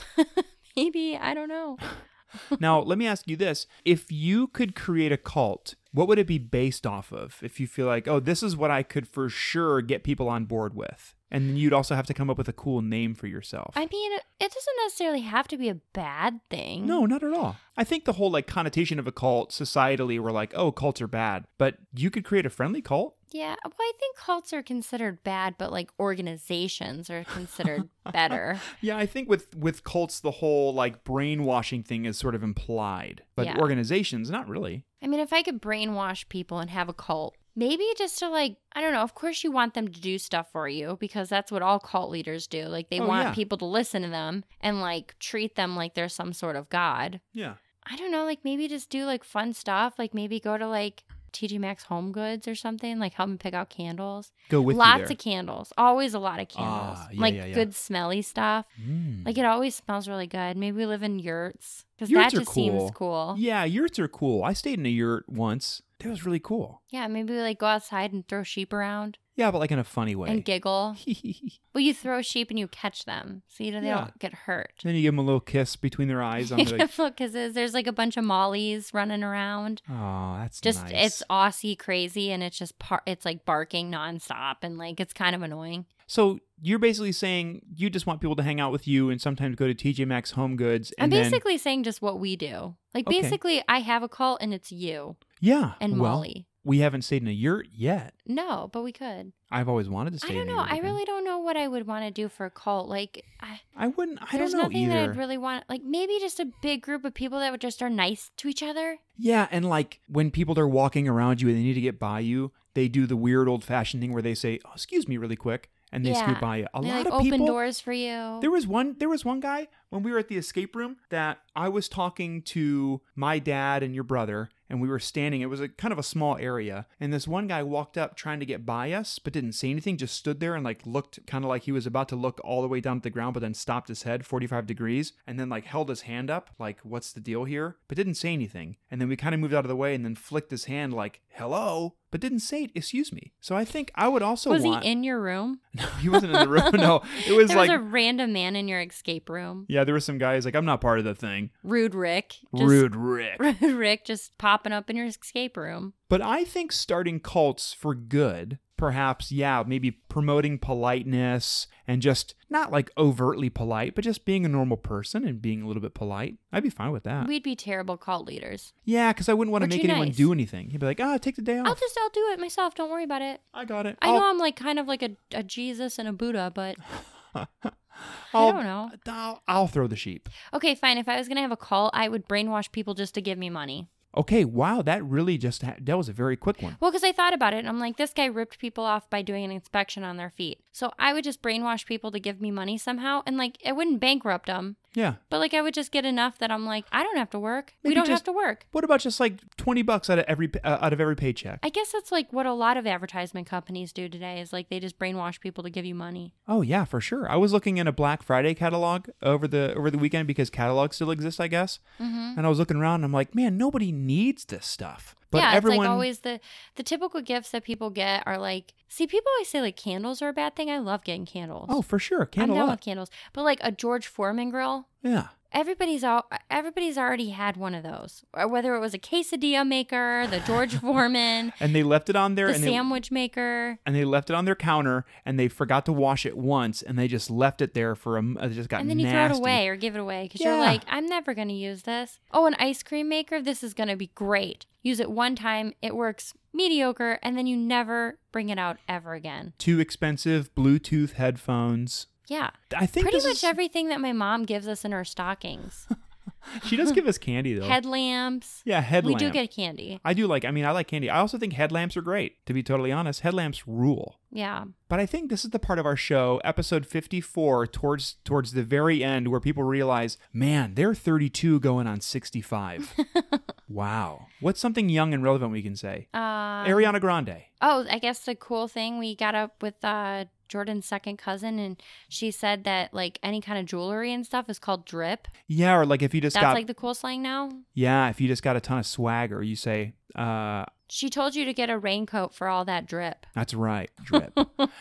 [SPEAKER 2] Maybe, I don't know.
[SPEAKER 1] now, let me ask you this. If you could create a cult, what would it be based off of? If you feel like, oh, this is what I could for sure get people on board with. And then you'd also have to come up with a cool name for yourself.
[SPEAKER 2] I mean, it doesn't necessarily have to be a bad thing.
[SPEAKER 1] no, not at all. I think the whole like connotation of a cult societally, we're like, oh, cults are bad. But you could create a friendly cult.
[SPEAKER 2] Yeah, well, I think cults are considered bad, but like organizations
[SPEAKER 1] (laughs)
[SPEAKER 2] are considered better.
[SPEAKER 1] Yeah, I think with with cults, the whole like brainwashing thing is sort of implied, but
[SPEAKER 2] Yeah.
[SPEAKER 1] organizations, not really.
[SPEAKER 2] I mean, if I could brainwash people and have a cult, maybe just to like, I don't know, of course you want them to do stuff for you because that's what all cult leaders do. Like, they
[SPEAKER 1] Oh,
[SPEAKER 2] want
[SPEAKER 1] yeah.
[SPEAKER 2] people to listen to them and like treat them like they're some sort of god.
[SPEAKER 1] Yeah.
[SPEAKER 2] I don't know, like maybe just do like fun stuff, like maybe go to like TJ Maxx Home Goods or something, like help me pick out candles.
[SPEAKER 1] Go with
[SPEAKER 2] lots
[SPEAKER 1] you there.
[SPEAKER 2] of candles always a lot of candles
[SPEAKER 1] Ah, yeah,
[SPEAKER 2] like
[SPEAKER 1] yeah, yeah.
[SPEAKER 2] good smelly stuff
[SPEAKER 1] Mm.
[SPEAKER 2] like it always smells really good maybe we live in yurts because that
[SPEAKER 1] Yurts are
[SPEAKER 2] just seems
[SPEAKER 1] cool.
[SPEAKER 2] cool yeah.
[SPEAKER 1] Yeah, yurts are cool. I stayed in a yurt once. That was really cool.
[SPEAKER 2] maybe we like go outside and throw sheep around
[SPEAKER 1] Yeah, but like in a funny way. (laughs)
[SPEAKER 2] and giggle
[SPEAKER 1] then
[SPEAKER 2] well you throw sheep and you catch them so you know they
[SPEAKER 1] Yeah.
[SPEAKER 2] don't get hurt
[SPEAKER 1] you give them a little kiss between their eyes.
[SPEAKER 2] (laughs)
[SPEAKER 1] I'm like,
[SPEAKER 2] because there's like a bunch of mollies running around
[SPEAKER 1] oh, that's
[SPEAKER 2] just
[SPEAKER 1] nice.
[SPEAKER 2] it's aussie crazy and it's just par- it's like barking nonstop and like it's kind of annoying
[SPEAKER 1] So you're basically saying you just want people to hang out with you and sometimes go to TJ Maxx Home Goods.
[SPEAKER 2] i'm
[SPEAKER 1] And then-
[SPEAKER 2] basically saying just what we do like
[SPEAKER 1] Okay.
[SPEAKER 2] basically i have a cult and it's you
[SPEAKER 1] yeah.
[SPEAKER 2] and
[SPEAKER 1] well,
[SPEAKER 2] molly
[SPEAKER 1] we haven't stayed in a yurt yet.
[SPEAKER 2] No, but we could.
[SPEAKER 1] I've always wanted to
[SPEAKER 2] I
[SPEAKER 1] stay. in
[SPEAKER 2] don't
[SPEAKER 1] a
[SPEAKER 2] know.
[SPEAKER 1] yurt
[SPEAKER 2] I
[SPEAKER 1] again.
[SPEAKER 2] really don't know what I would want to do for a cult. Like, I,
[SPEAKER 1] I wouldn't. I
[SPEAKER 2] there's
[SPEAKER 1] don't know
[SPEAKER 2] nothing
[SPEAKER 1] either.
[SPEAKER 2] that I'd really want. Like, maybe just a big group of people that would just are nice to each other.
[SPEAKER 1] Yeah, and like when people are walking around you and they need to get by you, they do the weird old fashioned thing where they say, "Oh, excuse me, really quick," and they
[SPEAKER 2] Yeah.
[SPEAKER 1] scoot by you. A
[SPEAKER 2] They,
[SPEAKER 1] lot
[SPEAKER 2] like
[SPEAKER 1] of
[SPEAKER 2] open
[SPEAKER 1] people.
[SPEAKER 2] doors for you.
[SPEAKER 1] There was one there was one guy when we were at the escape room that I was talking to my dad and your brother and we were standing. It was a kind of a small area, and this one guy walked up trying to get by us, but didn't say anything. Just stood there and like looked kind of like he was about to look all the way down at the ground, but then stopped his head 45 degrees, and then like held his hand up, like what's the deal here? But didn't say anything. And then we kind of moved out of the way, and then flicked his hand like hello, but didn't say excuse me. So I think I would also
[SPEAKER 2] was
[SPEAKER 1] want.
[SPEAKER 2] he in your room?
[SPEAKER 1] (laughs) No, he wasn't in the room.
[SPEAKER 2] (laughs)
[SPEAKER 1] No, it was
[SPEAKER 2] there
[SPEAKER 1] like.
[SPEAKER 2] was a random man in your escape room.
[SPEAKER 1] yeah, there were some guys like I'm not part of the thing.
[SPEAKER 2] Rude Rick. Just, (laughs)
[SPEAKER 1] Rude Rick.
[SPEAKER 2] Rude Rick just popping up in your escape room.
[SPEAKER 1] But I think starting cults for good, perhaps, yeah, maybe promoting politeness and just not like overtly polite, but just being a normal person and being a little bit polite. I'd be fine with that.
[SPEAKER 2] We'd be terrible cult leaders.
[SPEAKER 1] yeah, because I wouldn't want to
[SPEAKER 2] We're
[SPEAKER 1] make
[SPEAKER 2] too
[SPEAKER 1] anyone
[SPEAKER 2] nice.
[SPEAKER 1] do anything. He'd be like, ah, take the day
[SPEAKER 2] I'll
[SPEAKER 1] off.
[SPEAKER 2] just I'll do it myself. Don't worry about it.
[SPEAKER 1] I got it.
[SPEAKER 2] I
[SPEAKER 1] I'll-
[SPEAKER 2] know I'm like kind of like a, a Jesus and a Buddha, but
[SPEAKER 1] I'll-
[SPEAKER 2] I don't know.
[SPEAKER 1] I'll, I'll throw the sheep.
[SPEAKER 2] Okay, fine. If I was gonna have a cult, I would brainwash people just to give me money.
[SPEAKER 1] Okay, wow, that really just, ha- that was a very quick one.
[SPEAKER 2] Well, because I thought about it, and I'm like, this guy ripped people off by doing an inspection on their feet. So I would just brainwash people to give me money somehow, and like I wouldn't bankrupt them,
[SPEAKER 1] Yeah.
[SPEAKER 2] but like I would just get enough that I'm like, I don't have to work. we
[SPEAKER 1] Maybe
[SPEAKER 2] don't
[SPEAKER 1] just-
[SPEAKER 2] have to work.
[SPEAKER 1] What about just like 20 bucks out of every, uh, out of every paycheck?
[SPEAKER 2] I guess that's like what a lot of advertisement companies do today is like they just brainwash people to give you money.
[SPEAKER 1] Oh yeah, for sure. I was looking in a Black Friday catalog over the over the weekend because catalogs still exist, I guess.
[SPEAKER 2] Mm-hmm.
[SPEAKER 1] And I was looking around, and I'm like, man, nobody needs this stuff. But
[SPEAKER 2] yeah,
[SPEAKER 1] everyone,
[SPEAKER 2] it's like always the the typical gifts that people get are like see people always say like candles are a bad thing. I love getting candles.
[SPEAKER 1] oh for sure,
[SPEAKER 2] I'm
[SPEAKER 1] candle
[SPEAKER 2] down
[SPEAKER 1] up.
[SPEAKER 2] with candles. But like a George Foreman grill,
[SPEAKER 1] yeah,
[SPEAKER 2] everybody's all everybody's already had one of those. Or whether it was a quesadilla maker, the
[SPEAKER 1] (laughs)
[SPEAKER 2] George Foreman,
[SPEAKER 1] and they left it on there,
[SPEAKER 2] the
[SPEAKER 1] and they,
[SPEAKER 2] sandwich maker.
[SPEAKER 1] and they left it on their counter, and they forgot to wash it once, and they just left it there for a. m- It just got
[SPEAKER 2] And then you
[SPEAKER 1] nasty.
[SPEAKER 2] throw it away or give it away because
[SPEAKER 1] Yeah.
[SPEAKER 2] you're like, I'm never going to use this. Oh, an ice cream maker? This is going to be great. Use it one time, it works mediocre, and then you never bring it out ever again.
[SPEAKER 1] Too expensive Bluetooth headphones.
[SPEAKER 2] Yeah.
[SPEAKER 1] I think
[SPEAKER 2] Pretty
[SPEAKER 1] this
[SPEAKER 2] much
[SPEAKER 1] is-
[SPEAKER 2] everything that my mom gives us in her stockings
[SPEAKER 1] (laughs) She does give us candy though.
[SPEAKER 2] headlamps.
[SPEAKER 1] yeah,
[SPEAKER 2] We
[SPEAKER 1] headlamp.
[SPEAKER 2] do get candy.
[SPEAKER 1] I do like. I mean, I like candy. I also think headlamps are great. To be totally honest, headlamps rule.
[SPEAKER 2] Yeah.
[SPEAKER 1] But I think this is the part of our show, episode 54, towards towards the very end, where people realize, man, they're 32 going on
[SPEAKER 2] (laughs)
[SPEAKER 1] 65. wow. What's something young and relevant we can say?
[SPEAKER 2] Uh,
[SPEAKER 1] Ariana Grande.
[SPEAKER 2] Oh, I guess the cool thing we got up with uh, Jordan's second cousin, and she said that like any kind of jewelry and stuff is called drip.
[SPEAKER 1] Yeah, or like if you just
[SPEAKER 2] That's
[SPEAKER 1] got
[SPEAKER 2] like the cool slang now.
[SPEAKER 1] yeah, if you just got a ton of swagger, you say, uh,
[SPEAKER 2] She told you to get a raincoat for all that drip.
[SPEAKER 1] that's right,
[SPEAKER 2] (laughs)
[SPEAKER 1] drip.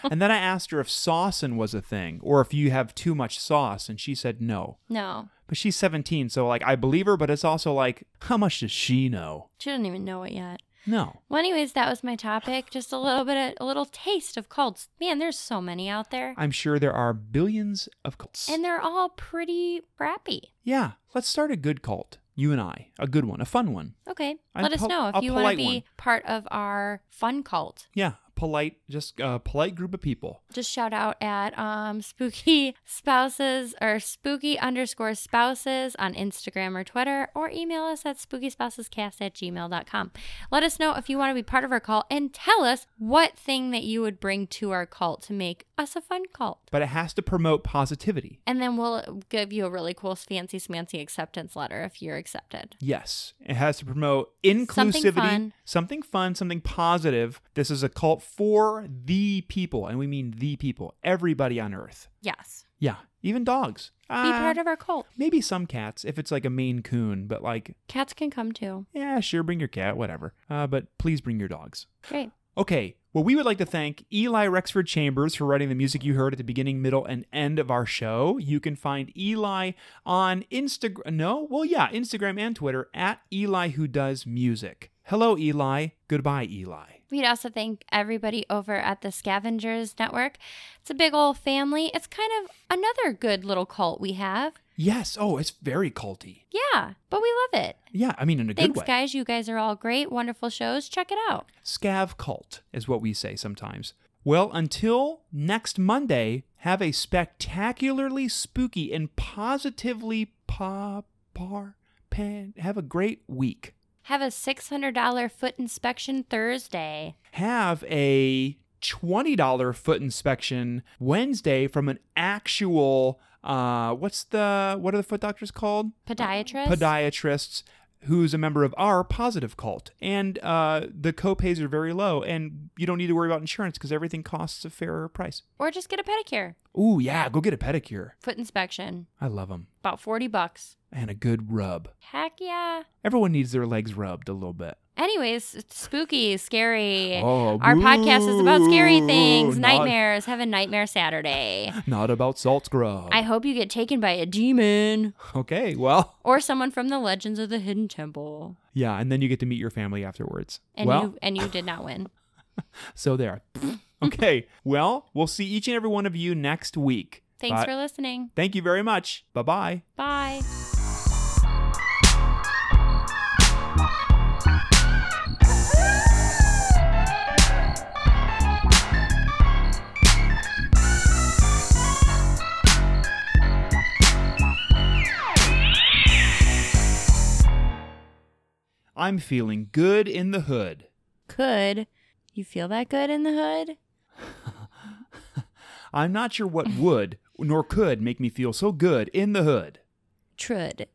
[SPEAKER 1] and then I asked her if saucin was a thing, or if you have too much sauce, and she said no.
[SPEAKER 2] No,
[SPEAKER 1] But she's 17, so like I believe her, but it's also like, how much does she know?
[SPEAKER 2] she doesn't even know it yet.
[SPEAKER 1] No.
[SPEAKER 2] Well, anyways, that was my topic. Just a little bit, of, a little taste of cults. Man, there's so many out there,
[SPEAKER 1] I'm sure there are billions of cults.
[SPEAKER 2] and they're all pretty crappy.
[SPEAKER 1] yeah, let's start a good cult. You and I, a good one, a fun one.
[SPEAKER 2] Okay,
[SPEAKER 1] A
[SPEAKER 2] let us
[SPEAKER 1] pol-
[SPEAKER 2] know
[SPEAKER 1] a
[SPEAKER 2] if you want
[SPEAKER 1] polite
[SPEAKER 2] to be
[SPEAKER 1] one.
[SPEAKER 2] part of our fun cult.
[SPEAKER 1] Yeah, polite, just a polite group of people.
[SPEAKER 2] just shout out at um, spooky spouses or spooky underscore spouses on instagram or twitter or email us at spookyspousescast at gmail.com let us know if you want to be part of our cult and tell us what thing that you would bring to our cult to make us a fun cult
[SPEAKER 1] But it has to promote positivity.
[SPEAKER 2] and then we'll give you a really cool fancy smancy acceptance letter if you're accepted
[SPEAKER 1] Yes, it has to promote inclusivity,
[SPEAKER 2] fun.
[SPEAKER 1] something fun, something positive. This is a cult for the people, and we mean the people, everybody on earth.
[SPEAKER 2] yes
[SPEAKER 1] Yeah, even dogs. Uh,
[SPEAKER 2] be part of our cult
[SPEAKER 1] maybe some cats if it's like a Maine Coon, but like,
[SPEAKER 2] cats can come too
[SPEAKER 1] yeah, sure, bring your cat, whatever. Uh, but please bring your dogs.
[SPEAKER 2] great
[SPEAKER 1] Okay, well, we would like to thank Eli Rexford Chambers for writing the music you heard at the beginning, middle, and end of our show. You can find Eli on Instagram. No, well, yeah, Instagram and Twitter at Eli Who Does Music. Hello, Eli. Goodbye, Eli.
[SPEAKER 2] We'd also thank everybody over at the Scavengers Network. It's a big old family. It's kind of another good little cult we have.
[SPEAKER 1] Yes. Oh, it's very culty.
[SPEAKER 2] Yeah, but we love it.
[SPEAKER 1] Yeah, I mean, in a
[SPEAKER 2] Thanks,
[SPEAKER 1] good way.
[SPEAKER 2] guys. You guys are all great, wonderful shows. Check it out.
[SPEAKER 1] Scav cult is what we say sometimes. Well, until next Monday, have a spectacularly spooky and positively pa par pan. Have a great week.
[SPEAKER 2] Have a $600 foot inspection Thursday.
[SPEAKER 1] have a $20 foot inspection Wednesday from an actual uh what's the what are the foot doctors called?
[SPEAKER 2] Podiatrist?
[SPEAKER 1] Podiatrists who's a member of our positive cult. And uh, the copays are very low, and you don't need to worry about insurance because everything costs a fairer price.
[SPEAKER 2] Or just get a pedicure,
[SPEAKER 1] Ooh, yeah, go get a pedicure.
[SPEAKER 2] foot inspection,
[SPEAKER 1] I love them.
[SPEAKER 2] about 40 bucks.
[SPEAKER 1] And a good rub.
[SPEAKER 2] Heck yeah.
[SPEAKER 1] Everyone needs their legs rubbed a little bit.
[SPEAKER 2] Anyways, it's spooky, scary.
[SPEAKER 1] Oh,
[SPEAKER 2] Our podcast is about scary
[SPEAKER 1] boo,
[SPEAKER 2] things,
[SPEAKER 1] not-
[SPEAKER 2] nightmares. Have a nightmare Saturday.
[SPEAKER 1] Not about salt scrub.
[SPEAKER 2] I hope you get taken by a demon
[SPEAKER 1] (laughs) okay, well,
[SPEAKER 2] or someone from the Legends of the Hidden Temple.
[SPEAKER 1] yeah, and then you get to meet your family afterwards.
[SPEAKER 2] And
[SPEAKER 1] well,
[SPEAKER 2] you and you did not win.
[SPEAKER 1] so
[SPEAKER 2] (laughs)
[SPEAKER 1] there. okay, well, we'll see each and every one of you next week.
[SPEAKER 2] Thanks
[SPEAKER 1] Bye.
[SPEAKER 2] for listening.
[SPEAKER 1] Thank you very much. Bye bye.
[SPEAKER 2] Bye.
[SPEAKER 1] I'm feeling good in the hood.
[SPEAKER 2] Could you feel that good in the hood?
[SPEAKER 1] I'm not sure what would nor could make me feel so good in the hood.
[SPEAKER 2] Trud.